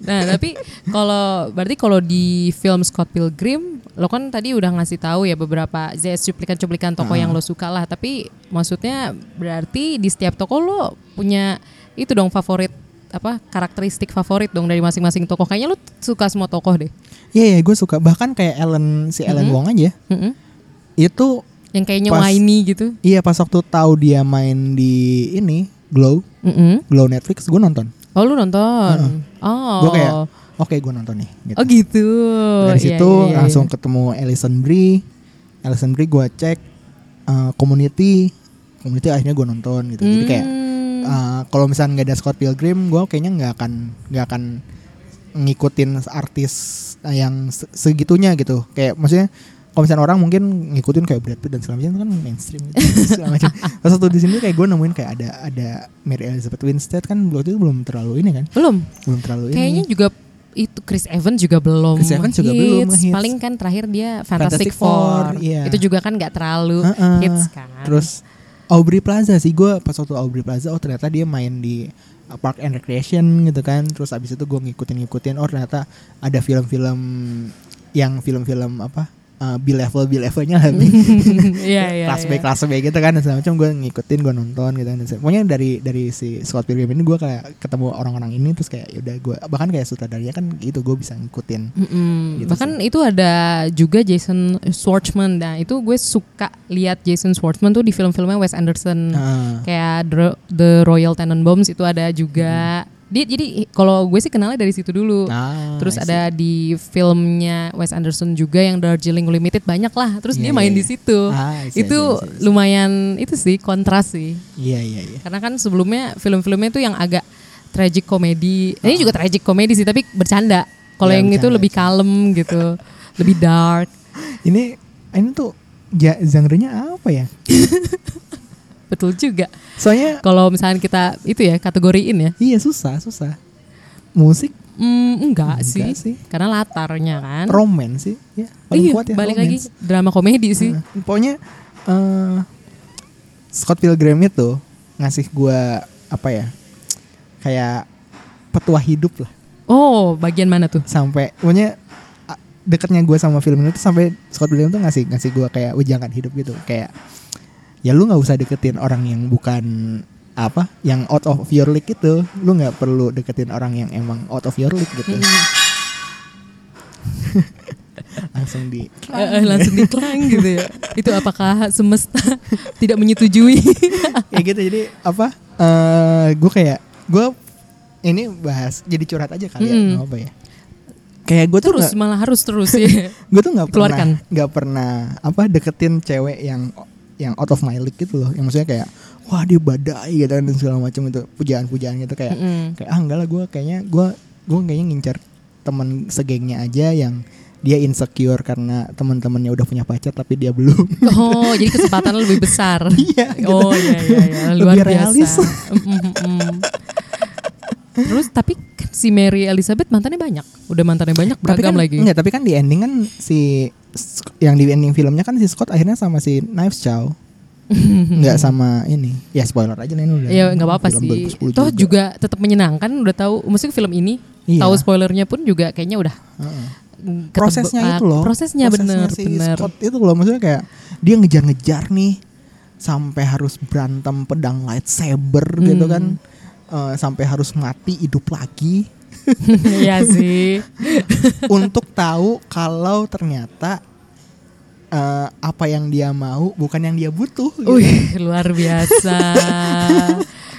S1: Nah tapi kalau berarti kalau di film Scott Pilgrim lo kan tadi udah ngasih tahu ya beberapa ya, cuplikan-cuplikan toko yang lo suka lah tapi maksudnya berarti di setiap toko lo punya itu dong favorit apa karakteristik favorit dong dari masing-masing tokoh kayaknya lo suka semua tokoh deh
S9: Iya ya gue suka bahkan kayak Ellen si Ellen Wong aja
S1: Mm-mm.
S9: itu
S1: yang kayaknya
S9: Pas.
S1: whiny gitu
S9: iya pas waktu tahu dia main di ini Glow
S1: Mm-mm.
S9: Glow Netflix gue nonton.
S1: oh lo nonton
S9: Gue
S1: oh
S9: kayak oke gue nonton nih. Gitu.
S1: oh gitu
S9: Dari
S1: Iya,
S9: situ
S1: iya, iya.
S9: langsung ketemu Alison Brie. Alison Brie gue cek uh, Community. Community akhirnya gue nonton gitu. Jadi kayak
S1: Hmm.
S9: uh, kalau misalnya nggak ada Scott Pilgrim, gue kayaknya nggak akan nggak akan ngikutin artis uh, yang se- segitunya gitu. Kayak maksudnya kalau misalnya orang mungkin ngikutin kayak Brad Pitt dan segala macam itu kan mainstream gitu. (laughs) segala macam. Terus waktu di sini kayak gue nemuin kayak ada ada Mary Elizabeth Winstead kan waktu itu belum terlalu ini kan,
S1: belum
S9: belum terlalu ini.
S1: Kayaknya juga itu Chris Evans juga belum.
S9: Iya, Chris Evans juga belum ngehits.
S1: Paling kan terakhir dia Fantastic,
S9: Fantastic
S1: Four.
S9: Four, iya.
S1: Itu juga kan nggak terlalu
S9: Heeh.
S1: hits kan.
S9: Terus Aubrey Plaza sih gue pas waktu Aubrey Plaza oh ternyata dia main di uh, Park and Recreation gitu kan. Terus abis itu gue ngikutin-ngikutin oh ternyata ada film-film yang film-film apa uh, B level B levelnya lebih
S1: (laughs) (laughs) Iya iya.
S9: kelas B
S1: iya.
S9: kelas B gitu kan dan segala macam gue ngikutin gue nonton gitu kan. Dan se- Pokoknya dari dari si Scott Pilgrim ini gue kayak ketemu orang-orang ini terus kayak "Ya udah gue bahkan kayak sutradaranya kan gitu gue bisa ngikutin.
S1: Mm-mm.
S9: Gitu
S1: Bahkan itu ada juga Jason Schwartzman. Nah itu gue suka lihat Jason Schwartzman tuh di film-filmnya Wes Anderson.
S9: Nah,
S1: Kayak The, The Royal Tenenbaums itu ada juga. Dia jadi kalau gue sih kenalnya dari situ dulu.
S9: Mm-hmm. Ah,
S1: Terus
S9: I see.
S1: ada di filmnya Wes Anderson juga yang Darjeeling Limited banyak lah. Terus
S9: Iya,
S1: dia main di
S9: iya, iya.
S1: situ.
S9: Ah, I see,
S1: itu
S9: I see, I see, I see.
S1: lumayan itu sih kontras sih.
S9: Iya iya iya.
S1: Karena kan sebelumnya film-filmnya itu yang agak tragic komedi. Ini juga tragic komedi sih tapi bercanda. Kalau
S9: Iya,
S1: yang itu
S9: bercanda.
S1: lebih kalem
S9: (laughs)
S1: gitu, lebih dark.
S9: Ini ini tuh ja, genre-nya apa ya?
S1: Betul juga.
S9: Soalnya
S1: Kalau misalnya kita itu ya kategoriin ya.
S9: iya susah susah. Musik
S1: Hmm, enggak,
S9: Enggak
S1: sih.
S9: sih.
S1: Karena latarnya kan.
S9: romance sih, ya paling
S1: Iya,
S9: kuat ya.
S1: balik lagi
S9: romance.
S1: drama komedi sih.
S9: Nah, pokoknya eh, Scott Pilgrim itu ngasih gua apa ya? Kayak petua hidup lah
S1: Oh, bagian mana tuh?
S9: sampai pokoknya a- deketnya gua sama film ini tuh sampai Scott Pilgrim tuh ngasih ngasih gua kayak ujangan hidup gitu kayak ya lu nggak usah deketin orang yang bukan apa yang out of your league itu lu nggak perlu deketin orang yang emang out of your league gitu (laughs) langsung di
S1: Eh, eh, langsung diklang gitu ya. Itu apakah semesta (laughs) tidak menyetujui?
S9: ya gitu jadi apa eh gue kayak gue ini bahas jadi curhat aja kali ya nggak apa ya kayak gue tuh
S1: terus
S9: nggak-
S1: malah harus terus ya.
S9: gue tuh nggak
S1: Dikeluarkan.
S9: pernah nggak pernah apa deketin cewek yang yang out of my league gitu loh yang maksudnya kayak wah dia badai gitu kan dan segala macam itu pujaan-pujaan gitu kayak kayak ah enggak lah gue kayaknya gue gue kayaknya ngincar temen segengnya aja yang dia insecure karena teman-temannya udah punya pacar tapi dia belum
S1: (laughs) Oh, jadi kesempatan lebih besar.
S9: (laughs) Iya, gitu.
S1: Oh iya iya iya, luar
S9: Lebih realis.
S1: biasa. Mm, mm, mm. Terus tapi kan si Mary Elizabeth mantannya banyak. Udah mantannya banyak beragam
S9: kan,
S1: lagi.
S9: Enggak, tapi kan di ending kan si Sc- yang di ending filmnya kan si Scott akhirnya sama si
S1: (laughs)
S9: Knives Chow. Enggak sama ini. Ya spoiler aja nih ini udah.
S1: Ya nggak apa-apa
S9: Film
S1: sih.
S9: 2010
S1: Toh juga tetap menyenangkan udah tahu maksudnya film ini
S9: Iya.
S1: tahu spoilernya pun juga kayaknya udah mm, ketebe-
S9: prosesnya
S1: ah,
S9: itu loh.
S1: Prosesnya, bener
S9: si
S1: bener.
S9: Scott itu loh maksudnya kayak dia ngejar-ngejar nih sampai harus berantem pedang lightsaber gitu kan.
S1: Hmm.
S9: Eh, sampai harus mati hidup
S1: (laughs)
S9: lagi (laughs)
S1: Iya sih.
S9: untuk tahu kalau ternyata eh, apa yang dia mau bukan yang dia butuh. gitu.
S1: Wih, luar biasa.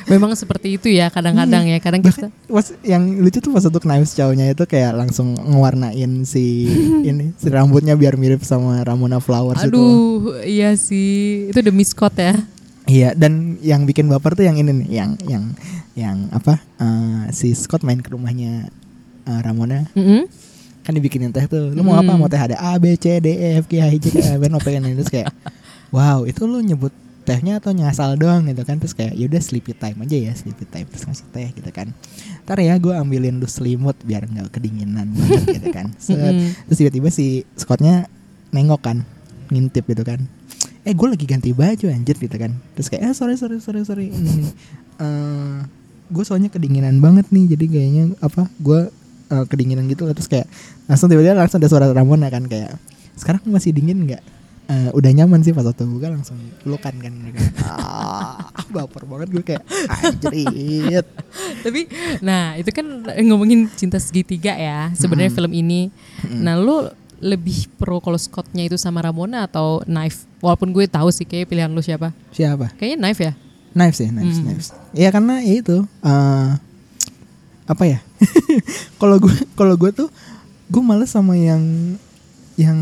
S1: Memang seperti itu ya kadang-kadang ya.
S9: Iya.
S1: Kadang kita
S9: Was- yang lucu tuh pas untuk knives cownya itu kayak langsung ngewarnain
S1: (laughs)
S9: si ini si rambutnya biar mirip sama Ramona Flowers itu.
S1: aduh, iya sih. Itu demi Scott ya.
S9: Iya dan yang bikin baper tuh yang ini nih yang yang yang apa eh, si Scott main ke rumahnya eh, Ramona
S1: Mm-mm.
S9: kan dibikinin teh tuh lu mau apa mau teh ada A B C D E F G H I J K L M N O P Q N terus kayak wow itu lu nyebut tehnya atau nyasal doang gitu kan terus kayak yaudah sleepy time aja ya sleepy time terus ngasih teh gitu kan ntar ya gue ambilin lu selimut biar nggak kedinginan (laughs) banget gitu kan Set. terus tiba-tiba si Scottnya nengok kan ngintip gitu kan eh gue lagi ganti baju anjir gitu kan terus kayak eh sorry sorry sorry sorry ini nih gue soalnya kedinginan banget nih jadi kayaknya apa gue kedinginan gitu lah. terus kayak langsung tiba-tiba langsung ada suara Ramona kan kayak sekarang masih dingin nggak Eh, udah nyaman sih pas waktu buka langsung pelukan kan ah, (laughs) baper banget gue kayak anjrit
S1: (laughs) Tapi nah, itu kan ngomongin cinta segitiga ya sebenarnya film ini. Nah, lu lebih pro kalau Scottnya itu sama Ramona atau Knife? Walaupun gue tahu sih kayak pilihan lu siapa.
S9: siapa
S1: Kayaknya Knife ya.
S9: Knives ya, knives, knives. Iya karena ya itu eh, apa ya? (laughs) Kalau gue kalau gue tuh gue males sama yang yang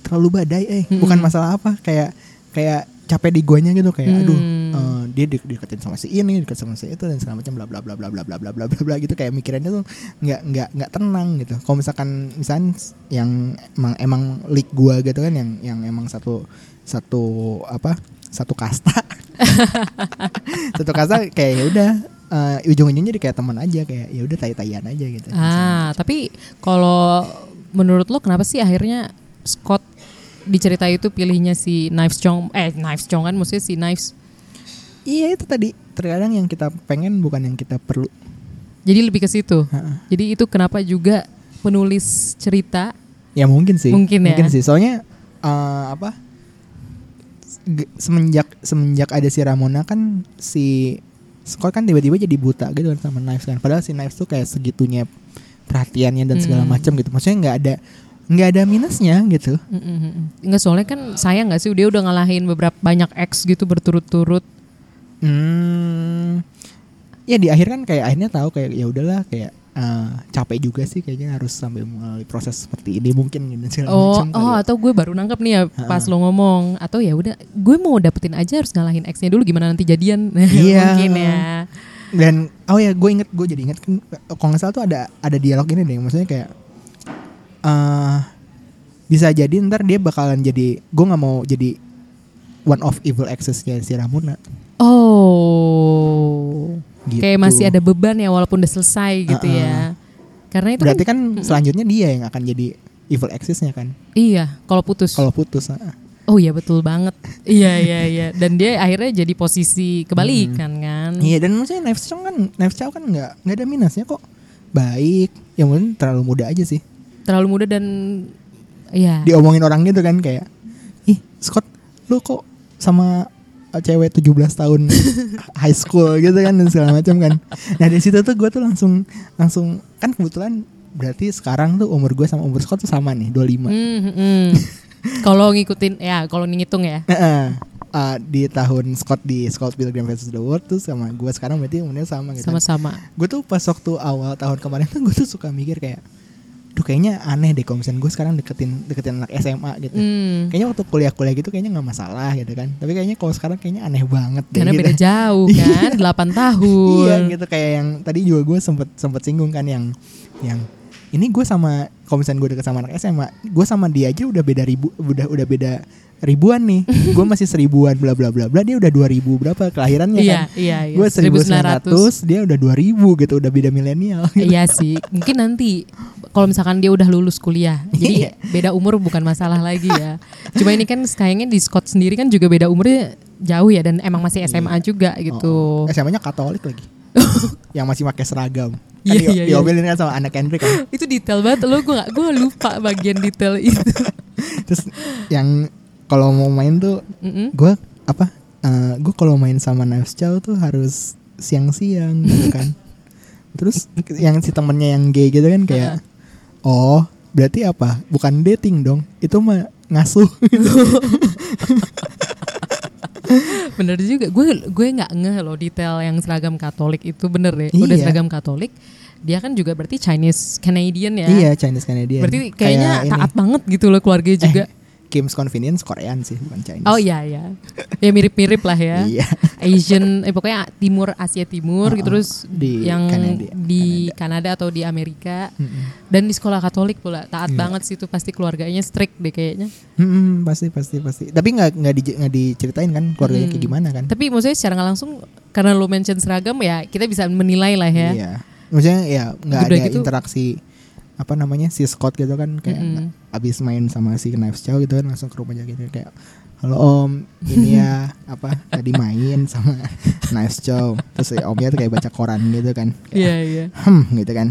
S9: terlalu badai eh bukan masalah apa kayak kayak capek di guanya gitu kayak aduh eh, dia de- deketin sama si ini deket sama si itu dan segala macam bla bla bla bla bla bla bla bla bla bla gitu kayak mikirannya tuh nggak nggak nggak tenang gitu kalau misalkan misalkan yang emang emang leak gua gitu kan yang yang emang satu satu apa satu kasta (laughs) satu kasta kayak ya udah eh, ujung-ujungnya jadi kayak teman aja kayak ya udah tai-taian aja gitu.
S1: Ah, tapi kalau menurut lo kenapa sih akhirnya Scott di cerita itu pilihnya si Knives Chong eh Knives Chong kan maksudnya si Knives.
S9: Iya itu tadi terkadang yang kita pengen bukan yang kita perlu.
S1: Jadi lebih ke situ.
S9: Ha-ha.
S1: Jadi itu kenapa juga penulis cerita
S9: Ya mungkin sih.
S1: Mungkin ya.
S9: sih. Soalnya eh, apa? G- semenjak semenjak ada si Ramona kan si Scott kan tiba-tiba jadi buta gitu kan sama Knives kan. Padahal si Knives tuh kayak segitunya perhatiannya dan segala
S1: Hmm.
S9: macam gitu. Maksudnya nggak ada nggak ada minusnya gitu.
S1: Enggak soalnya kan sayang nggak sih dia udah ngalahin beberapa banyak ex gitu berturut-turut.
S9: Hmm. Ya di akhir kan kayak akhirnya tahu kayak ya udahlah kayak eh, capek juga sih kayaknya harus sambil melalui proses seperti ini mungkin gitu segala
S1: Oh,
S9: macam kali
S1: oh (laughs)
S9: ya.
S1: atau gue baru nangkep nih ya pas lo ngomong atau ya udah gue mau dapetin aja harus ngalahin exnya dulu gimana nanti jadian (laughs)
S9: Iya.
S1: mungkin ya.
S9: Dan oh ya gue inget gue jadi inget kan kalau nggak salah tuh ada ada dialog ini deh maksudnya kayak eh bisa jadi ntar dia bakalan jadi gue nggak mau jadi one of evil accessnya si Ramona.
S1: Oh.
S9: Gitu.
S1: Kayak masih ada beban ya walaupun udah selesai gitu
S9: Uh-uh.
S1: ya. Karena itu
S9: Berarti
S1: kan,
S9: kan selanjutnya dia yang akan jadi evil accessnya kan
S1: iya, kalau putus.
S9: kalau putus. ah.
S1: Oh iya betul banget. (laughs) iya iya iya dan dia akhirnya jadi posisi kebalikan kan.
S9: Iya dan maksudnya Knives Chow kan Knives Chow kan nggak nggak ada minusnya kok baik yang mungkin terlalu muda aja sih
S1: Terlalu muda dan ya.
S9: diomongin orang gitu kan kayak ih Scott lu kok sama uh, cewek 17 tahun high school gitu kan dan segala macam kan nah dari situ tuh gue tuh langsung langsung kan kebetulan berarti sekarang tuh umur gue sama umur Scott tuh sama nih
S1: Hmm,
S9: 25
S1: hmm,
S9: (laughs)
S1: hmm. kalau ngikutin ya, kalau ngitung ya.
S9: Heeh. Uh, di tahun Scott di Scott Pilgrim versus the World tuh sama gue sekarang berarti umurnya sama gitu kan.
S1: Sama-sama.
S9: gue tuh pas waktu awal tahun kemarin tuh gue tuh suka mikir kayak Duh kayaknya aneh deh kalau misalnya gue sekarang deketin deketin anak SMA gitu
S1: Hmm.
S9: Kayaknya waktu kuliah-kuliah gitu kayaknya nggak masalah gitu kan Tapi kayaknya kalau sekarang kayaknya aneh banget deh
S1: Karena
S9: gitu.
S1: beda
S9: (laughs)
S1: jauh kan, 8 tahun.
S9: Iya gitu kayak yang tadi juga gue sempet sempet singgung kan yang yang ini gue sama kalau misalnya gue deket sama anak SMA gue sama dia aja udah beda ribu udah udah beda ribuan
S1: (laughs)
S9: nih gue masih seribuan bla bla bla bla dia udah dua ribu berapa kelahirannya
S1: Iya,
S9: kan
S1: iya, iya.
S9: gue 1900 dia udah dua ribu gitu udah beda milenial gitu.
S1: Iya sih, mungkin nanti kalau misalkan dia udah lulus kuliah,
S9: Iya.
S1: jadi beda umur bukan masalah lagi ya. Cuma ini kan kayaknya di Scott sendiri kan juga beda umurnya jauh ya dan emang masih
S9: Iya.
S1: SMA juga gitu.
S9: SMA-nya Katolik
S1: (laughs)
S9: lagi. yang masih pakai seragam. Kan
S1: Iya,
S9: di-
S1: iya, iya.
S9: diomelin kan sama anak Hendrik kan.
S1: Itu detail banget lo, gue gue lupa bagian detail itu.
S9: Terus yang kalau mau main tuh gua apa? eh, gua kalau main sama Knives Chow tuh harus siang-siang
S1: (laughs)
S9: gitu kan. Terus yang si temennya yang gay gitu kan kayak oh, berarti apa? Bukan dating dong. Itu mah ngasuh
S1: bener juga gue gue nggak ngeh loh detail yang seragam Katolik itu bener deh udah
S9: Iya.
S1: seragam Katolik dia kan juga berarti Chinese Canadian ya
S9: (laughs) iya Chinese Canadian
S1: berarti kayaknya
S9: Kayak
S1: taat
S9: ini.
S1: banget gitu loh keluarganya
S9: Eh,
S1: juga
S9: Kim's Convenience Korean sih bukan Chinese
S1: Oh iya iya. Ya mirip-mirip lah ya.
S9: Iya. Ah,
S1: Asian eh pokoknya timur Asia Timur gitu terus
S9: di
S1: yang
S9: Kanada.
S1: di Kanada. atau di Amerika. Dan di sekolah Katolik pula
S9: Iya.
S1: taat banget sih tuh pasti keluarganya strict deh kayaknya.
S9: Mm-mm, pasti pasti pasti tapi nggak nggak di, nggak diceritain kan keluarganya kayak gimana kan
S1: Tapi maksudnya secara nggak langsung karena lo mention seragam ya kita bisa menilai lah ya.
S9: Iya. Maksudnya ya nggak
S1: Udah
S9: ada
S1: gitu-
S9: interaksi apa namanya si Scott gitu kan kayak nggak- abis main sama si Knives Chow gitu kan langsung ke rumahnya gitu kayak halo om ini
S1: (laughs)
S9: ya apa tadi main sama (laughs) Knives Chow terus si omnya tuh kayak baca koran gitu kan kayak,
S1: Iya iya.
S9: hmm gitu kan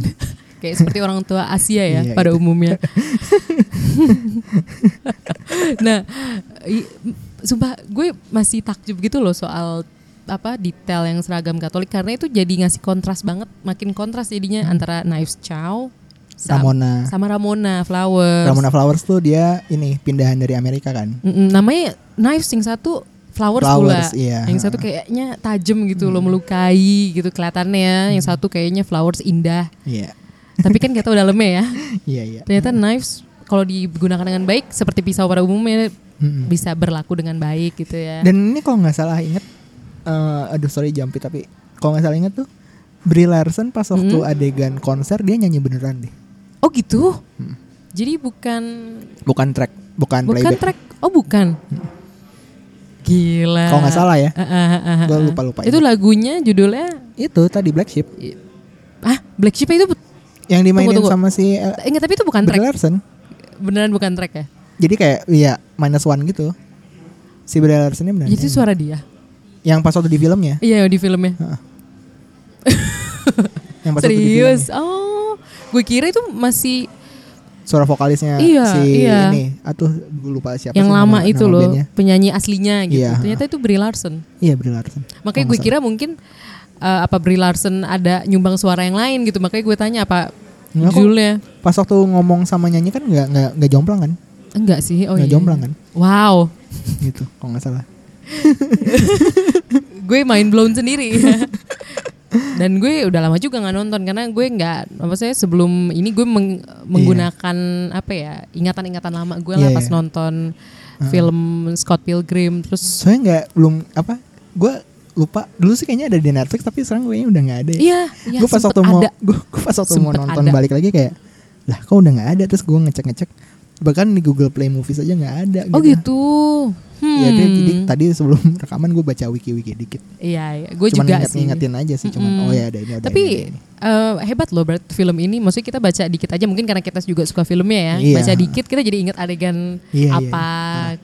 S1: Kayak seperti orang tua Asia ya
S9: Iya,
S1: pada
S9: gitu. (laughs)
S1: umumnya. nah, i- m- sumpah gue masih takjub gitu loh soal apa detail yang seragam Katolik karena itu jadi ngasih kontras banget, makin kontras jadinya antara Knives Chow sam-
S9: Hmm. Ramona.
S1: sama Ramona Flowers.
S9: Ramona Flowers tuh dia ini pindahan dari Amerika kan
S1: Mm-mm, namanya Knives yang satu Flowers,
S9: Flowers,
S1: pula.
S9: iya. Hmm.
S1: Yang satu kayaknya tajam gitu loh melukai gitu kelihatannya, yang satu kayaknya Flowers indah.
S9: iya
S1: Tapi kan kita udah dalamnya
S9: (laughs)
S1: ya.
S9: iya iya
S1: Ternyata knives kalau digunakan dengan baik seperti pisau pada umumnya
S9: Mm-mm.
S1: bisa berlaku dengan baik gitu ya.
S9: Dan ini kalau nggak salah inget, eh, aduh sorry jampi tapi kalau nggak salah inget tuh Brie Larson pas waktu
S1: Hmm.
S9: adegan konser dia nyanyi beneran deh,
S1: oh gitu. Jadi bukan
S9: bukan track, bukan,
S1: bukan
S9: playback.
S1: track. Oh bukan. Gila.
S9: Kalau nggak salah ya,
S1: Ah, ah, ah, ah,
S9: Gua
S1: ah.
S9: lupa-lupa
S1: Itu
S9: ingat.
S1: lagunya judulnya
S9: itu tadi Black Sheep
S1: ah Black Sheep itu bet-
S9: yang dimainin
S1: Tunggu, tunggu.
S9: sama si eh,
S1: enggak tapi itu bukan
S9: Brie
S1: track.
S9: Larson.
S1: Beneran bukan track ya.
S9: Jadi kayak ya minus one gitu. Si Brie Larson Nah, ini beneran.
S1: Jadi itu
S9: nyanyi.
S1: suara dia.
S9: yang pas waktu di filmnya,
S1: Iya di filmnya.
S9: yang pas waktu di
S1: Serius.
S9: filmnya.
S1: Oh, gue kira itu masih
S9: suara vokalisnya
S1: Iya,
S9: si
S1: iya.
S9: ini, atuh gue lupa siapa
S1: yang
S9: sih
S1: lama
S9: nama-
S1: itu
S9: nama
S1: loh
S9: bandnya.
S1: penyanyi aslinya gitu.
S9: Iya.
S1: Ternyata itu Brie Larson.
S9: Iya Brie Larson.
S1: Makanya gue
S9: Kalau nggak
S1: kira mungkin eh, apa Brie Larson ada nyumbang suara yang lain gitu. Makanya gue tanya apa
S9: Enggak kok.
S1: judulnya.
S9: salah. pas waktu ngomong sama nyanyi kan nggak nggak nggak jomplang kan?
S1: Enggak sih. Oh
S9: Nggak
S1: iya.
S9: jomplang kan?
S1: Wow.
S9: gitu kalau nggak salah
S1: Gue main blown sendiri. (laughs) Dan gue udah lama juga nggak nonton karena gue nggak apa saya sebelum ini gue meng- menggunakan apa ya ingatan-ingatan lama gue lah
S9: Iya,
S1: pas
S9: iya.
S1: nonton film Scott Pilgrim terus
S9: soalnya nggak belum apa gue lupa dulu sih kayaknya ada di Netflix tapi sekarang kayaknya udah nggak ada ya.
S1: Iya, iya,
S9: gue pas
S1: sempet
S9: waktu mau
S1: ada.
S9: gue gue pas waktu mau
S1: Sempet
S9: nonton
S1: ada.
S9: balik lagi kayak lah kok udah nggak ada terus gue ngecek ngecek bahkan di Google Play Movies aja nggak ada
S1: oh gitu. Hmm.
S9: ya dia- jadi tadi sebelum (laughs) rekaman gue baca wiki wiki dikit
S1: Iya, iya. gue
S9: cuman
S1: juga
S9: ingat
S1: sih.
S9: ngingetin aja sih cuman oh ya ada ini ada
S1: Mm. Tapi
S9: ini, ada ini.
S1: eh, hebat loh Bert film ini. Maksudnya kita baca dikit aja mungkin karena kita juga suka filmnya ya.
S9: Iya.
S1: Baca dikit kita jadi ingat adegan
S9: Iya, iya,
S1: apa,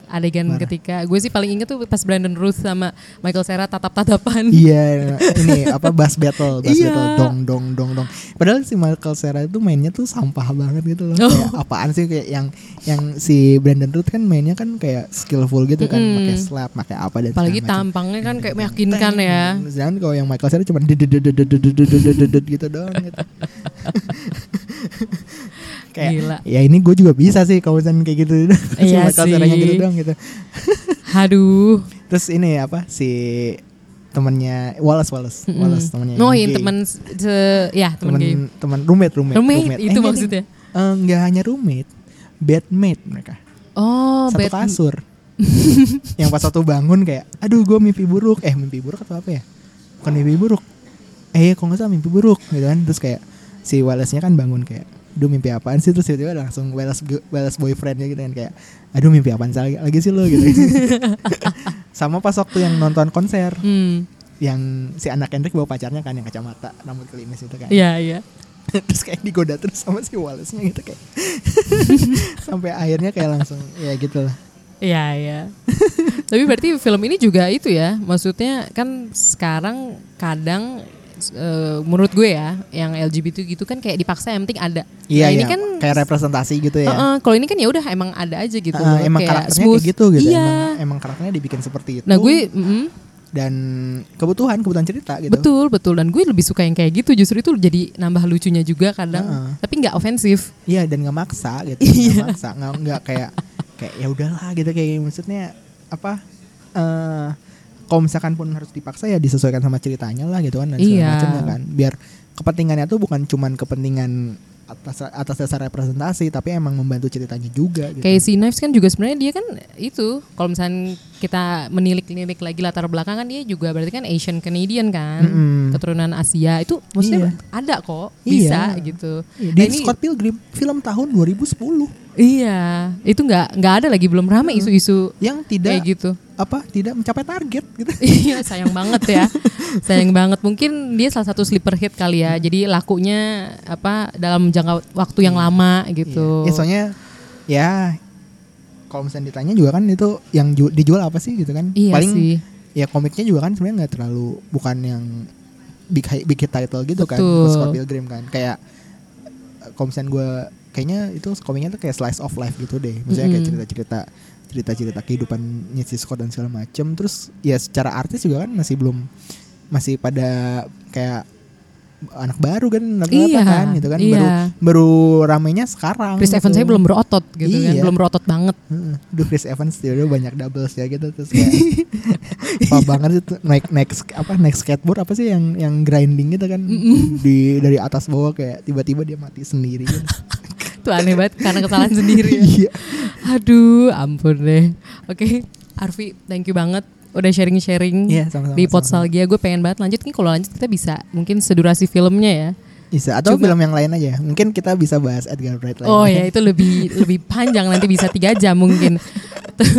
S1: adegan ketika gue sih paling inget tuh pas Brandon Ruth sama Michael Cera tatap-tatapan.
S9: Iya, ini apa bass battle, bass
S1: Iya.
S9: battle dong dong dong dong. Padahal si Michael Cera itu mainnya tuh sampah banget gitu loh.
S1: Oh.
S9: Kayak apaan sih kayak yang yang si Brandon Root kan mainnya kan kayak skillful gitu kan, pakai slap, pakai apa dan
S1: (laughs) Apalagi
S9: segala macam.
S1: tampangnya kan kayak meyakinkan ya.
S9: Sedangkan kalau yang Michael Cera cuma dedededededededededed gitu doang gitu. kayak
S1: Gila.
S9: ya ini gue juga bisa sih kalau misalnya kayak gitu si
S1: Iya
S9: Michael Cera gitu
S1: sih.
S9: doang gitu.
S1: Aduh.
S9: Terus ini apa si temennya Wallace Wallace Wallace temennya yang
S1: Oh iya
S9: gay.
S1: teman se- ya teman
S9: temen
S1: gay.
S9: temen roommate roommate,
S1: Roommate, itu
S9: enggak,
S1: maksudnya?
S9: eh, enggak hanya roommate bedmate mereka
S1: Oh,
S9: satu
S1: bad- (laughs)
S9: kasur yang pas satu bangun kayak aduh gue mimpi buruk eh mimpi buruk atau apa ya bukan mimpi buruk eh kok nggak salah mimpi buruk gitu kan terus kayak si Wallace nya kan bangun kayak aduh mimpi apaan sih terus tiba-tiba langsung Wallace Wallace boyfriendnya gitu kan kayak aduh mimpi apaan sih lagi, lagi sih lo
S1: (laughs)
S9: gitu sama pas waktu yang nonton konser
S1: Hmm.
S9: yang si anak Hendrik bawa pacarnya kan yang kacamata rambut kelimis itu kan
S1: Iya, iya.
S9: (laughs) terus kayak digoda terus sama si Wallace-nya gitu
S1: (laughs)
S9: kayak sampai akhirnya kayak langsung ya gitu lah
S1: Iya, iya. (laughs) Tapi berarti film ini juga itu ya, maksudnya kan sekarang kadang eh, menurut gue ya, yang LGBT gitu kan kayak dipaksa yang penting ada. Nah, ini kan
S9: Iya, kayak representasi gitu ya
S1: Heeh, kalau ini kan ya udah emang ada aja gitu.
S9: Eh,
S1: loh,
S9: emang
S1: kayak
S9: karakternya
S1: smooth.
S9: kayak gitu gitu
S1: Iya.
S9: emang, gitu. emang karakternya dibikin seperti itu
S1: nah, gue mm,
S9: dan kebutuhan kebutuhan cerita gitu
S1: betul betul dan gue lebih suka yang kayak gitu justru itu jadi nambah lucunya juga kadang,
S9: Heeh.
S1: tapi nggak ofensif. (laughs) Iya.
S9: iya dan nggak maksa gitu nggak maksa nggak nggak kayak kayak ya udahlah gitu kayak maksudnya apa eh kalau misalkan pun harus dipaksa ya disesuaikan sama ceritanya lah gitu kan dan segala
S1: Iya.
S9: macamnya kan biar kepentingannya tuh bukan cuman kepentingan atas atas dasar representasi tapi emang membantu ceritanya juga gitu.
S1: Kayak si Knives kan juga sebenarnya dia kan itu kalau misalnya kita menilik-nilik lagi latar belakang kan dia juga berarti kan Asian Canadian kan
S9: Mm-mm.
S1: keturunan Asia itu maksudnya
S9: Iya.
S1: ada kok bisa
S9: Iya.
S1: gitu.
S9: Iya,
S1: Nah,
S9: di
S1: ini-
S9: Scott Pilgrim film tahun 2010
S1: Iya itu nggak nggak ada lagi belum rame isu-isu
S9: yang tidak
S1: kayak gitu. (laughs)
S9: apa tidak mencapai target gitu.
S1: Iya sayang banget
S9: (laughs)
S1: ya Sayang banget Mungkin dia salah satu sleeper hit kali ya Jadi lakunya apa dalam jangka waktu yang lama gitu
S9: Iya. (laughs) Ya, soalnya ya kalau misalnya ditanya juga kan itu yang ju- dijual apa sih gitu kan?
S1: Iya
S9: Paling
S1: sih.
S9: ya komiknya juga kan sebenarnya nggak terlalu bukan yang big hi- big hit title gitu kan,
S1: Betul.
S9: Scott Pilgrim kan. Kayak eh, kalau misalnya gue kayaknya itu komiknya tuh kayak slice of life gitu deh. Maksudnya kayak
S1: Mm-mm.
S9: cerita-cerita cerita-cerita kehidupannya si Scott dan segala macem. Terus ya secara artis juga kan masih belum masih pada kayak anak baru kan rata-rata
S1: Iya,
S9: kan gitu kan
S1: iya.
S9: baru baru ramenya sekarang
S1: Chris
S9: gitu.
S1: Evans saya belum berotot gitu kan
S9: Iya.
S1: Belum berotot banget
S9: Heeh. Hmm, Duh Chris Evans dia udah banyak doubles ya gitu terus kayak apa banget itu naik naik sk- apa naik skateboard apa sih yang yang grinding gitu kan di dari atas bawah kayak tiba-tiba dia mati sendiri gitu.
S1: Itu aneh banget karena
S9: (laughs)
S1: kesalahan sendiri ya.
S9: Iya.
S1: Aduh ampun deh Oke Arfi thank you banget Udah sharing-sharing
S9: Iya, sama-sama,
S1: di
S9: sama-sama.
S1: Potsalgia Gue pengen banget lanjut nih Kalau lanjut kita bisa Mungkin sedurasi filmnya ya
S9: Bisa atau
S1: Coba.
S9: film yang lain aja. Mungkin kita bisa bahas Edgar Wright lain.
S1: Oh ya itu lebih lebih panjang nanti bisa tiga jam mungkin. (laughs)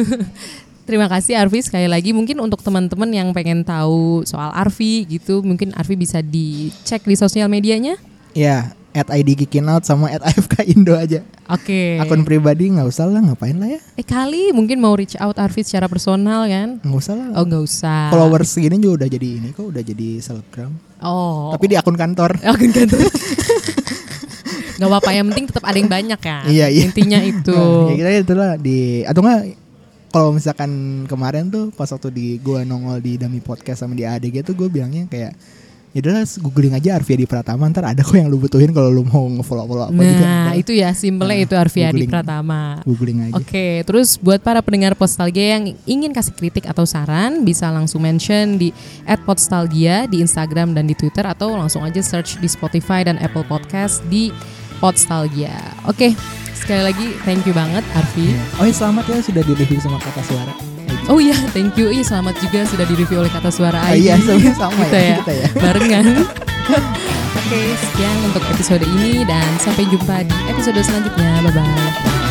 S1: Terima kasih Arfi sekali lagi mungkin untuk teman-teman yang pengen tahu soal Arfi gitu mungkin Arfi bisa dicek di sosial medianya.
S9: (laughs) Ya, at ID Geekin Out sama at AFK Indo aja.
S1: Oke.
S9: Akun pribadi nggak usah lah, ngapain lah ya?
S1: Eh kali mungkin mau reach out Arfi secara personal kan?
S9: Nggak usah lah.
S1: Oh nggak usah.
S9: Followers segini juga udah jadi ini kok, udah jadi selebgram.
S1: Oh. (laughs)
S9: Tapi di akun kantor.
S1: Akun kantor. Gak apa-apa yang penting tetap ada yang banyak kan.
S9: Iya, iya. (laughs)
S1: Intinya itu.
S9: ya kita itulah di atau enggak kalau misalkan kemarin tuh pas waktu di gua nongol di Dami Podcast sama di ADG tuh gue bilangnya kayak ya udah googling aja Arvia di Pratama ntar ada kok yang lu butuhin kalau lu mau ngefollow follow apa juga
S1: Nah
S9: ada.
S1: itu ya simpelnya
S9: Nah,
S1: itu Arfiadi
S9: googling.
S1: Pratama.
S9: googling aja
S1: Oke, terus buat para pendengar Postalgia yang ingin kasih kritik atau saran bisa langsung mention di @postalgia di Instagram dan di Twitter atau langsung aja search di Spotify dan Apple Podcast di Postalgia. Oke, sekali lagi thank you banget Arfi.
S9: oh ya selamat ya sudah di review sama kata suara
S1: Oh iya, thank you. Iya, selamat juga sudah direview oleh kata suara
S9: Ah,
S1: ID.
S9: iya, sama- sama
S1: kita
S9: ya,
S1: ya,
S9: kita ya. (laughs)
S1: barengan. Oke, sekian untuk episode ini dan sampai jumpa di episode selanjutnya. Bye bye.